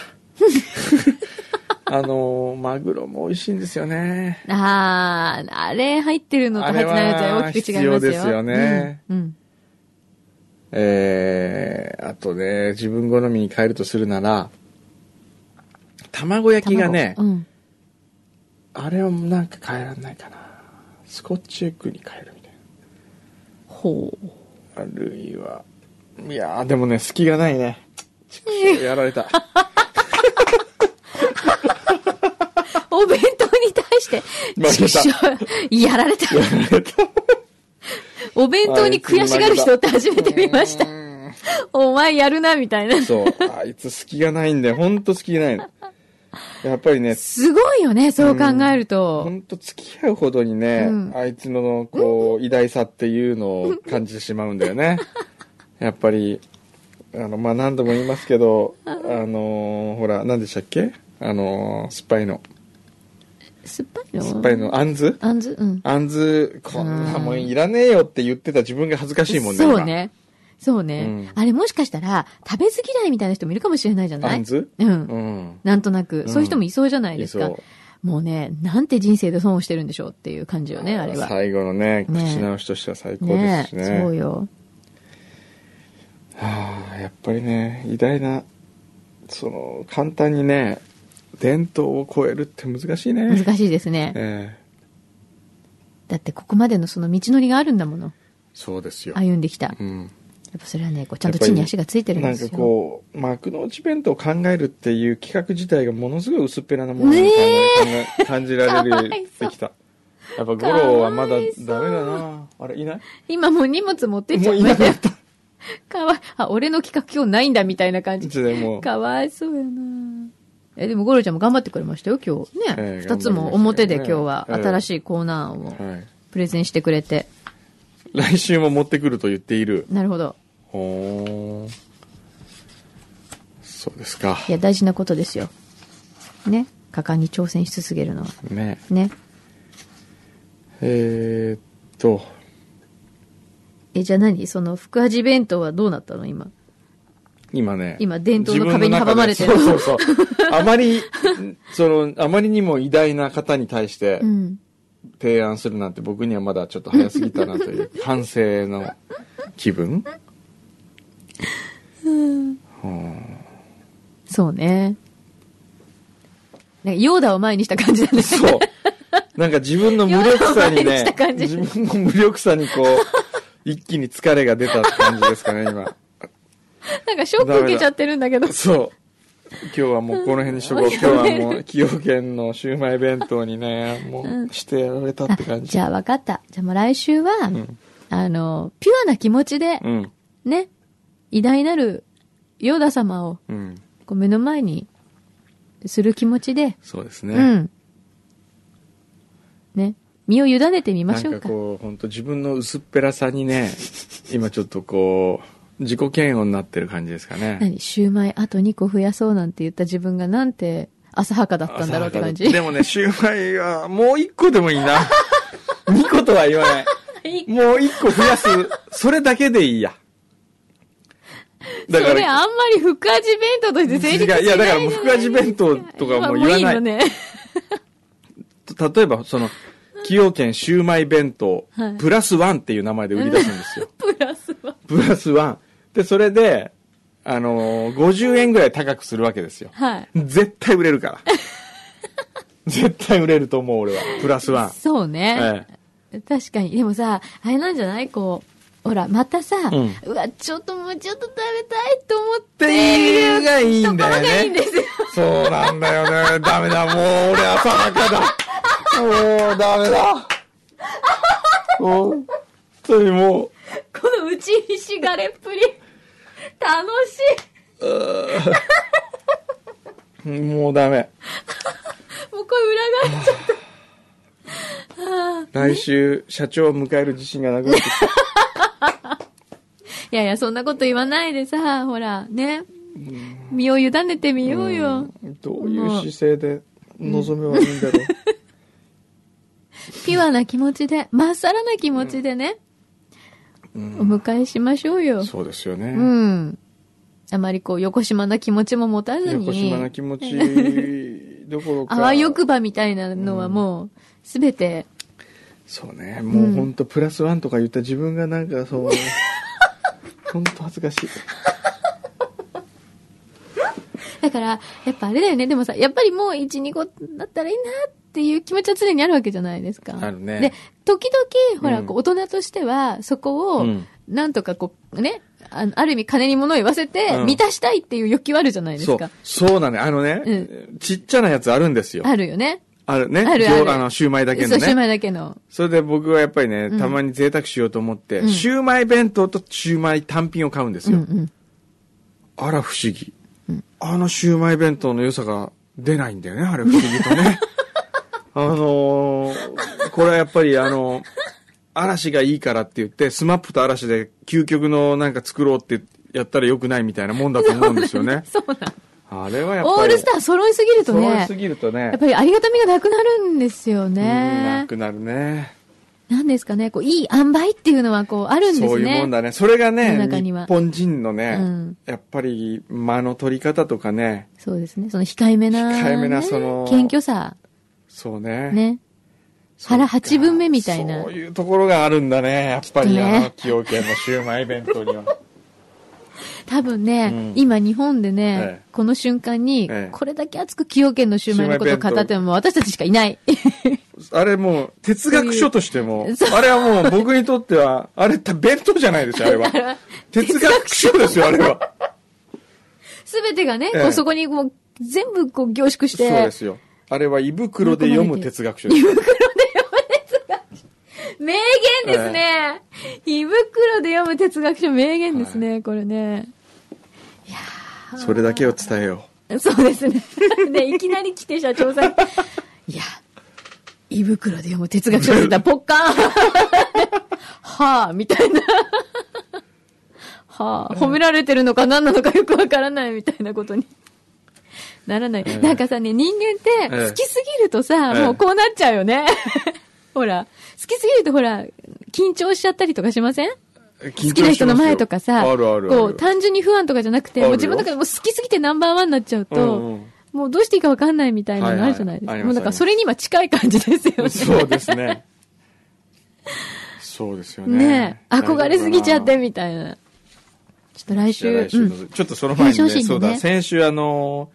[SPEAKER 1] ああのー、マグロも美味しいんですよね。
[SPEAKER 2] ああ、あれ入ってるのと入ってないのとは大きく違いますよ。
[SPEAKER 1] あれは必要ですよね
[SPEAKER 2] うん。うん。
[SPEAKER 1] えー、あとね、自分好みに変えるとするなら、卵焼きがね、
[SPEAKER 2] 卵うん。
[SPEAKER 1] あれはなんか変えられないかな。スコッチエッグに変えるみたい
[SPEAKER 2] ほう。
[SPEAKER 1] な。あるいは、いやーでもね、隙がないね。ちくしょうやられ
[SPEAKER 2] [LAUGHS]
[SPEAKER 1] た。
[SPEAKER 2] [LAUGHS] お弁当に対
[SPEAKER 1] [LAUGHS]
[SPEAKER 2] して、
[SPEAKER 1] 負けた
[SPEAKER 2] ちくしょうやられた。お弁当に悔しがる人って初めて見ました
[SPEAKER 1] う。ーん
[SPEAKER 2] [LAUGHS] お前やるな、みたいな。
[SPEAKER 1] そう。あいつ隙がないんだよ。ほんと隙がないの。やっぱりね、
[SPEAKER 2] すごいよね、そう考える
[SPEAKER 1] ほ
[SPEAKER 2] と。
[SPEAKER 1] んと付き合うほどにね、
[SPEAKER 2] うん
[SPEAKER 1] あいつの、こう、偉大さっていうのを感じてしまうんだよね。やっぱり、あの、まあ、何度も言いますけど、あのーほら、何でしたっけあのー酸っぱいの。
[SPEAKER 2] 酸っぱいの
[SPEAKER 1] 酸っぱい。の、あんず
[SPEAKER 2] あんず、うん。
[SPEAKER 1] あんず、こんなもんいらねえよって言ってた自分が恥ずかしいもんね。
[SPEAKER 2] そう
[SPEAKER 1] 今。
[SPEAKER 2] ね。そうね、あれもしかしたら、食べず嫌いみたいな人もいるかもしれないじゃな
[SPEAKER 1] あ
[SPEAKER 2] い
[SPEAKER 1] んず
[SPEAKER 2] うん。
[SPEAKER 1] うん。
[SPEAKER 2] なんとなく、
[SPEAKER 1] うん
[SPEAKER 2] そういう人もいそうじゃない
[SPEAKER 1] い
[SPEAKER 2] ですか
[SPEAKER 1] そう。
[SPEAKER 2] もうね、なんて人生で損をしてるんでしょうっていう感じよね、あれは。
[SPEAKER 1] 最後のね、
[SPEAKER 2] ね
[SPEAKER 1] 口直しとしては最高で
[SPEAKER 2] ね
[SPEAKER 1] すしね。
[SPEAKER 2] え、そうよ。
[SPEAKER 1] はあ、やっぱりね偉大なその簡単にね伝統を超えるって難しいね
[SPEAKER 2] 難しいですね。
[SPEAKER 1] ええ
[SPEAKER 2] だってここまでのその道のりがあるんだもの。
[SPEAKER 1] そうですよ、
[SPEAKER 2] 歩んできた。や
[SPEAKER 1] うん、
[SPEAKER 2] っぱそれはね、こうちゃんと地に足がついてるん
[SPEAKER 1] な
[SPEAKER 2] で
[SPEAKER 1] ん
[SPEAKER 2] す
[SPEAKER 1] か
[SPEAKER 2] よ。
[SPEAKER 1] こう幕の内弁当を考えるっていう企画自体がものすごい薄っぺらなものに
[SPEAKER 2] ね
[SPEAKER 1] 感感じられるって
[SPEAKER 2] [LAUGHS]
[SPEAKER 1] きたやっぱ五郎はまだダメだなあれいない
[SPEAKER 2] 今もう荷物持ってっち
[SPEAKER 1] も
[SPEAKER 2] ゃ
[SPEAKER 1] う
[SPEAKER 2] い
[SPEAKER 1] い
[SPEAKER 2] ま
[SPEAKER 1] な
[SPEAKER 2] した
[SPEAKER 1] か
[SPEAKER 2] よ
[SPEAKER 1] った
[SPEAKER 2] [LAUGHS] かわい、あ、俺の企画今日ないんだみたいな感
[SPEAKER 1] い
[SPEAKER 2] じ。
[SPEAKER 1] つでも
[SPEAKER 2] かわいそうやなえ、でもゴロちゃんも頑張ってくれましたよ、今日。ね。二、
[SPEAKER 1] ええ
[SPEAKER 2] つも表で
[SPEAKER 1] 頑張り
[SPEAKER 2] 今日
[SPEAKER 1] ました
[SPEAKER 2] は
[SPEAKER 1] ねええ
[SPEAKER 2] 新しいコーナーを
[SPEAKER 1] はい
[SPEAKER 2] プレゼンしてくれて。
[SPEAKER 1] 来週も持ってくると言っている
[SPEAKER 2] なるほど。
[SPEAKER 1] ほーそうですか
[SPEAKER 2] いや、大事なことですよ。ね。果敢に挑戦し続けるのは。
[SPEAKER 1] ね
[SPEAKER 2] ね。
[SPEAKER 1] えー、っと、
[SPEAKER 2] え、じゃあ何その、福味弁当はどうなったの今。
[SPEAKER 1] 今ね。
[SPEAKER 2] 今伝統の壁に阻まれてる
[SPEAKER 1] 自分の中でそうそうそう。あまり、その、あまりにも偉大な方に対して
[SPEAKER 2] うん。
[SPEAKER 1] 提案するなんて僕にはまだちょっと早すぎたなと
[SPEAKER 2] [LAUGHS]
[SPEAKER 1] いう反省の気分
[SPEAKER 2] そうね。なんか、ヨーダを前にした感
[SPEAKER 1] [LAUGHS]
[SPEAKER 2] じだね。
[SPEAKER 1] そう。なんか自分の無力さに
[SPEAKER 2] 世の中にし
[SPEAKER 1] ね
[SPEAKER 2] た、感じ
[SPEAKER 1] 自分の無力さにこう、一気に疲れが出た感じですかね、今。
[SPEAKER 2] なんか、ショック受けちゃってるんだけど。
[SPEAKER 1] そう。今日はもうこの辺にし
[SPEAKER 2] [LAUGHS]
[SPEAKER 1] とこう。今日はもう、崎陽軒のシウマイ弁当にね、もうしてやられたって
[SPEAKER 2] あ
[SPEAKER 1] 感じ。
[SPEAKER 2] じゃあ分かった。じゃあもう来週は、
[SPEAKER 1] ん
[SPEAKER 2] あの、ピュアな気持ちで、
[SPEAKER 1] うん。
[SPEAKER 2] ね、偉大なるヨーダ様を
[SPEAKER 1] うん。
[SPEAKER 2] こう目の前にする気持ちで、
[SPEAKER 1] そうです
[SPEAKER 2] う
[SPEAKER 1] ね。
[SPEAKER 2] ん。ね、身を委ねてみま
[SPEAKER 1] な
[SPEAKER 2] しょ
[SPEAKER 1] ん
[SPEAKER 2] う
[SPEAKER 1] か
[SPEAKER 2] か。
[SPEAKER 1] こう、本当自分の薄っぺらさにね、今ちょっとこう、自己嫌悪になってる感じですかね。
[SPEAKER 2] 何シューマイあと2個増やそうなんて言った自分がなんて浅はかだったんだろうって感じ。
[SPEAKER 1] 朝でもね、シウマイはもう一個でもいいな。 [LAUGHS]
[SPEAKER 2] [LAUGHS]
[SPEAKER 1] 二個とは言わない。もう一個増やす。それだけでいいや。
[SPEAKER 2] そ
[SPEAKER 1] だから
[SPEAKER 2] れあんまり福味弁当として成立しない
[SPEAKER 1] 違ういやだからもう福味弁当とかもう言わない
[SPEAKER 2] いのね。
[SPEAKER 1] 例えばその崎陽軒シウマイ弁当、
[SPEAKER 2] はい
[SPEAKER 1] プラスワンっていう名前で売り出すんです
[SPEAKER 2] [LAUGHS]
[SPEAKER 1] よ、
[SPEAKER 2] プラスは。
[SPEAKER 1] プラスワンでそれであのー50円ぐらい高くするわけですよ
[SPEAKER 2] はい。
[SPEAKER 1] 絶対売れるから
[SPEAKER 2] [LAUGHS]
[SPEAKER 1] 絶対売れると思う俺はプラスワン、
[SPEAKER 2] そうね。
[SPEAKER 1] ええ
[SPEAKER 2] 確かに。でもさ、あれなんじゃないこう、ほら、またさ、
[SPEAKER 1] うん
[SPEAKER 2] うわ、ちょっともうちょっと食べたいと思っ
[SPEAKER 1] っていうの
[SPEAKER 2] て、
[SPEAKER 1] がいい
[SPEAKER 2] と
[SPEAKER 1] ん
[SPEAKER 2] ころ
[SPEAKER 1] だよ
[SPEAKER 2] がいいん
[SPEAKER 1] ね
[SPEAKER 2] ですよ。 [LAUGHS]
[SPEAKER 1] そうなんだよねダメだもう俺朝はかだもうダメだ本当にもう
[SPEAKER 2] この打ちひしがれっぷり。楽し
[SPEAKER 1] もうダメ。
[SPEAKER 2] い。もうこれ裏返っちゃう。
[SPEAKER 1] 来週、社長を迎える自信がなくなって
[SPEAKER 2] [LAUGHS]
[SPEAKER 1] きた。
[SPEAKER 2] いやいや、そんなこと言わないでさ、ほら、ね。身を委ねてみようよ。
[SPEAKER 1] どういう姿勢で望めばいいんだろう。
[SPEAKER 2] ピュアな気持ちで、まっさらな気持ちでね、お迎えしましょうよ。
[SPEAKER 1] そうですよ
[SPEAKER 2] う
[SPEAKER 1] ね。
[SPEAKER 2] ん。あまりこう、横島な気持ちも持たず
[SPEAKER 1] 横島な
[SPEAKER 2] に、
[SPEAKER 1] 気持ちどころか。
[SPEAKER 2] あわよくばみたいなのはもう、すべて、
[SPEAKER 1] そうね。もうほんとプラスワンとか言った自分がなんかそう。
[SPEAKER 2] [LAUGHS]
[SPEAKER 1] ほんと恥ずかしい。
[SPEAKER 2] だから、やっぱあれだよね。でもさ、やっぱりもう1、2個だったらいいなっていう気持ちは常にあるわけじゃないですか。
[SPEAKER 1] あるね
[SPEAKER 2] で、時々、ほら、
[SPEAKER 1] うん
[SPEAKER 2] こう大人としては、そこを
[SPEAKER 1] うん、
[SPEAKER 2] なんとかこう、ね、あのある意味金に物を言わせて、
[SPEAKER 1] うん
[SPEAKER 2] 満たしたいっていう欲求はあるじゃないです
[SPEAKER 1] そう
[SPEAKER 2] か。。
[SPEAKER 1] そうなのよ。あのね
[SPEAKER 2] う、
[SPEAKER 1] ちっちゃなやつあるんですよ。
[SPEAKER 2] あるよね。
[SPEAKER 1] あるね。
[SPEAKER 2] あるある
[SPEAKER 1] 餃の、シューマイだけ
[SPEAKER 2] そ
[SPEAKER 1] の
[SPEAKER 2] う、シュウ
[SPEAKER 1] ね。
[SPEAKER 2] マイだけの。
[SPEAKER 1] それで僕はやっぱりね
[SPEAKER 2] う、ん
[SPEAKER 1] たまに贅沢しようと思って、
[SPEAKER 2] ん
[SPEAKER 1] シューマイ弁当とシューマイ単品を買うんです
[SPEAKER 2] うん
[SPEAKER 1] よ。
[SPEAKER 2] うん。
[SPEAKER 1] あら不思議。あのシューマイ弁当の良さが出ないんだよね、あれ不思議と
[SPEAKER 2] [LAUGHS]
[SPEAKER 1] ね。あのーこれはやっぱりあの嵐がいいからって言って、スマップと嵐で究極のなんか作ろうってやったら良くないみたいなもんだと思うんですよね。
[SPEAKER 2] [LAUGHS] そうなん。
[SPEAKER 1] あれはやっぱり。
[SPEAKER 2] オールスター揃いすぎると
[SPEAKER 1] そう
[SPEAKER 2] ね、
[SPEAKER 1] すぎるとね。
[SPEAKER 2] やっぱりありがたみがなくなるんですよ
[SPEAKER 1] うん
[SPEAKER 2] ね
[SPEAKER 1] な。くなるね。
[SPEAKER 2] なんですかね、こう、いい塩梅っていうのはこう、あるんですね。
[SPEAKER 1] そういうもんだね。それが
[SPEAKER 2] 世の
[SPEAKER 1] ね、
[SPEAKER 2] 中
[SPEAKER 1] 日
[SPEAKER 2] には
[SPEAKER 1] 本人のね、
[SPEAKER 2] うん
[SPEAKER 1] やっぱり間の取り方とかね、
[SPEAKER 2] そうですね。その控えめな、ね。
[SPEAKER 1] 控えめなその
[SPEAKER 2] 謙虚さ。
[SPEAKER 1] そうね。
[SPEAKER 2] ね。
[SPEAKER 1] そうか
[SPEAKER 2] 腹八分目みたいな
[SPEAKER 1] そういうところがあるんだね。やっぱり、
[SPEAKER 2] きっとね
[SPEAKER 1] あの、崎陽軒のシューマイ弁当には。
[SPEAKER 2] 多分ね、
[SPEAKER 1] うん
[SPEAKER 2] 今日本でね、
[SPEAKER 1] ええ
[SPEAKER 2] この瞬間に、
[SPEAKER 1] ええ
[SPEAKER 2] これだけ熱く崎陽軒のシュウマイのことを語っても私たちしかいない。 [LAUGHS]
[SPEAKER 1] あれもう、哲学書としても
[SPEAKER 2] そう、
[SPEAKER 1] あれはもう僕にとっては、あれ、た弁当じゃないですよ、あれ
[SPEAKER 2] [LAUGHS]
[SPEAKER 1] は。哲学書ですよ、あれは。
[SPEAKER 2] すべてがね、
[SPEAKER 1] ええ
[SPEAKER 2] こうそこにもう全部こう凝縮し
[SPEAKER 1] そう
[SPEAKER 2] て。
[SPEAKER 1] ですよ。あれは胃袋で読む哲学書です。
[SPEAKER 2] 名言ですね、胃袋で読む哲学書名言ですね、これね。
[SPEAKER 1] それだけを伝えよ
[SPEAKER 2] [LAUGHS] そうですね。ね、いきなり来て社長さん。いや、胃袋で読む哲学書って [LAUGHS] 言ったらポッカーンはあ、みたいな。はあ、褒められてるのか何なのかよくわからないみたいなことに。ならない。
[SPEAKER 1] ええ
[SPEAKER 2] なんかさね、人間って
[SPEAKER 1] ええ
[SPEAKER 2] 好きすぎるとさ、
[SPEAKER 1] ええ
[SPEAKER 2] もうこうなっちゃうよね。 [LAUGHS] ほら、好きすぎるとほら、緊張しちゃったりとかしません
[SPEAKER 1] う。好
[SPEAKER 2] 好きな人の前とかさ、
[SPEAKER 1] あるあるあ
[SPEAKER 2] こう
[SPEAKER 1] る。
[SPEAKER 2] 単純に不安とかじゃなくて、
[SPEAKER 1] ある
[SPEAKER 2] も
[SPEAKER 1] よ
[SPEAKER 2] う自分の中でもう好きすぎてナンバーワンになっちゃうと、
[SPEAKER 1] うんうん
[SPEAKER 2] もうどうしていいかわかんないみたいなのあるじゃないですか。
[SPEAKER 1] はいはいあります
[SPEAKER 2] もうだからそれに今近い感じですよね。
[SPEAKER 1] そうですね。そうですよね。
[SPEAKER 2] ねえ憧れすぎちゃってみたいな。ちょっと来
[SPEAKER 1] じゃあ
[SPEAKER 2] 週
[SPEAKER 1] 来、週
[SPEAKER 2] う
[SPEAKER 1] の
[SPEAKER 2] ん
[SPEAKER 1] ちょっとその前にね
[SPEAKER 2] 平常心にね
[SPEAKER 1] そうだ先週あの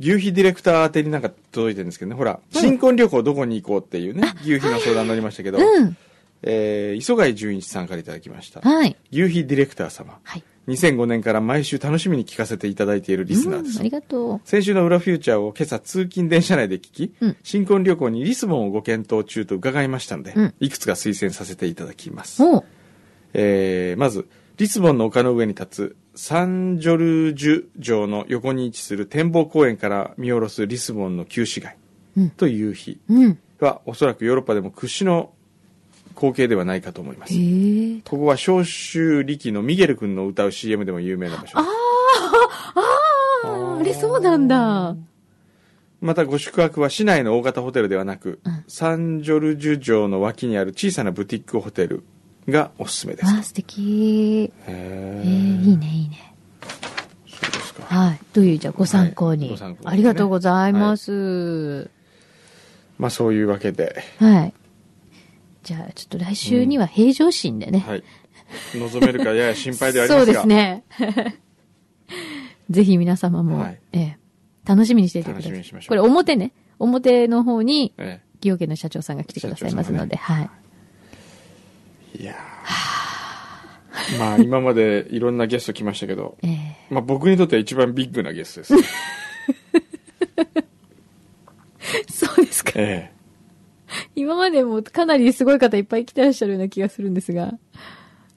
[SPEAKER 1] ー牛皮ディレクター宛てになんか届いてるんですけどねほら、新婚旅行どこに行こうっていうね牛皮の相談になりましたけど、
[SPEAKER 2] うん。
[SPEAKER 1] えー磯貝純一さんからいただきました
[SPEAKER 2] はい。
[SPEAKER 1] 牛皮ディレクター様
[SPEAKER 2] はい。
[SPEAKER 1] 2005年から毎週楽しみに聞かせていただいているリスナーです、
[SPEAKER 2] うんありがと
[SPEAKER 1] 先週の裏フューチャーを今朝通勤電車内で聞き、
[SPEAKER 2] うん
[SPEAKER 1] 新婚旅行にリスボンをご検討中と伺いましたので、
[SPEAKER 2] うん
[SPEAKER 1] いくつか推薦させていただきます
[SPEAKER 2] う。おう
[SPEAKER 1] えーまず、リスボンの丘の上に立つサンジョルジュ城の横に位置する展望公園から見下ろすリスボンの旧市街
[SPEAKER 2] うん
[SPEAKER 1] という日
[SPEAKER 2] うん。
[SPEAKER 1] は、おそらくヨーロッパでも屈指の光景ではないかと思いま
[SPEAKER 2] へ
[SPEAKER 1] す。
[SPEAKER 2] え。
[SPEAKER 1] ここは召集力のミゲル君の歌う CM でも有名な場所です。
[SPEAKER 2] ああ、あれそうなんだ。
[SPEAKER 1] またご宿泊は市内の大型ホテルではなく、
[SPEAKER 2] うん
[SPEAKER 1] サンジョルジュ城の脇にある小さなブティックホテルがおすすめです。
[SPEAKER 2] わあ、素敵。
[SPEAKER 1] へ
[SPEAKER 2] え
[SPEAKER 1] ー
[SPEAKER 2] ー、いいね、いいね。
[SPEAKER 1] か。
[SPEAKER 2] はい。という、じゃあご参考
[SPEAKER 1] は
[SPEAKER 2] に。
[SPEAKER 1] いご参考にね
[SPEAKER 2] ありがとうございます。
[SPEAKER 1] まあそういうわけで、
[SPEAKER 2] はい。じゃあ、ちょっと来週には平常心でね。
[SPEAKER 1] はい。望めるかやや心配ではあり
[SPEAKER 2] そ
[SPEAKER 1] ます
[SPEAKER 2] うで
[SPEAKER 1] が。
[SPEAKER 2] すね。 [LAUGHS] ぜひ皆様も、
[SPEAKER 1] はい
[SPEAKER 2] ええ楽しみにしていてください。
[SPEAKER 1] 楽しみにしましょう
[SPEAKER 2] これ表ね、表の方に、
[SPEAKER 1] え
[SPEAKER 2] 企業家の社長さんが来てくださいますので、はい。
[SPEAKER 1] えいやーまあ今までいろんなゲスト来ましたけど、
[SPEAKER 2] ええ
[SPEAKER 1] まあ僕にとっては一番ビッグなゲストです。
[SPEAKER 2] そうですか。
[SPEAKER 1] ええ
[SPEAKER 2] 今までもかなりすごい方いっぱい来てらっしゃるような気がするんですが、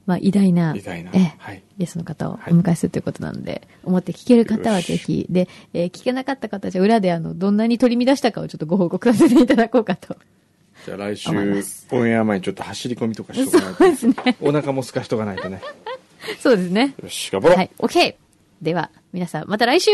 [SPEAKER 2] まあ、偉大な、
[SPEAKER 1] 偉大な
[SPEAKER 2] ええ
[SPEAKER 1] はい
[SPEAKER 2] ゲストの方をお
[SPEAKER 1] はい
[SPEAKER 2] 迎えするということなので、思って聞ける方はぜひ、で、えー聞けなかった方はじゃあ裏で [LAUGHS] あの、どんなに取り乱したかをちょっとご報告させていただこうかと。
[SPEAKER 1] じゃあ来週
[SPEAKER 2] 思います、
[SPEAKER 1] オンエア前にちょっと走り込みとかしとかないと、
[SPEAKER 2] そうですね
[SPEAKER 1] お腹も空かしとかないとね。
[SPEAKER 2] そうですね。
[SPEAKER 1] よし、頑張ろう、
[SPEAKER 2] はい、OK! では、皆さん、また来週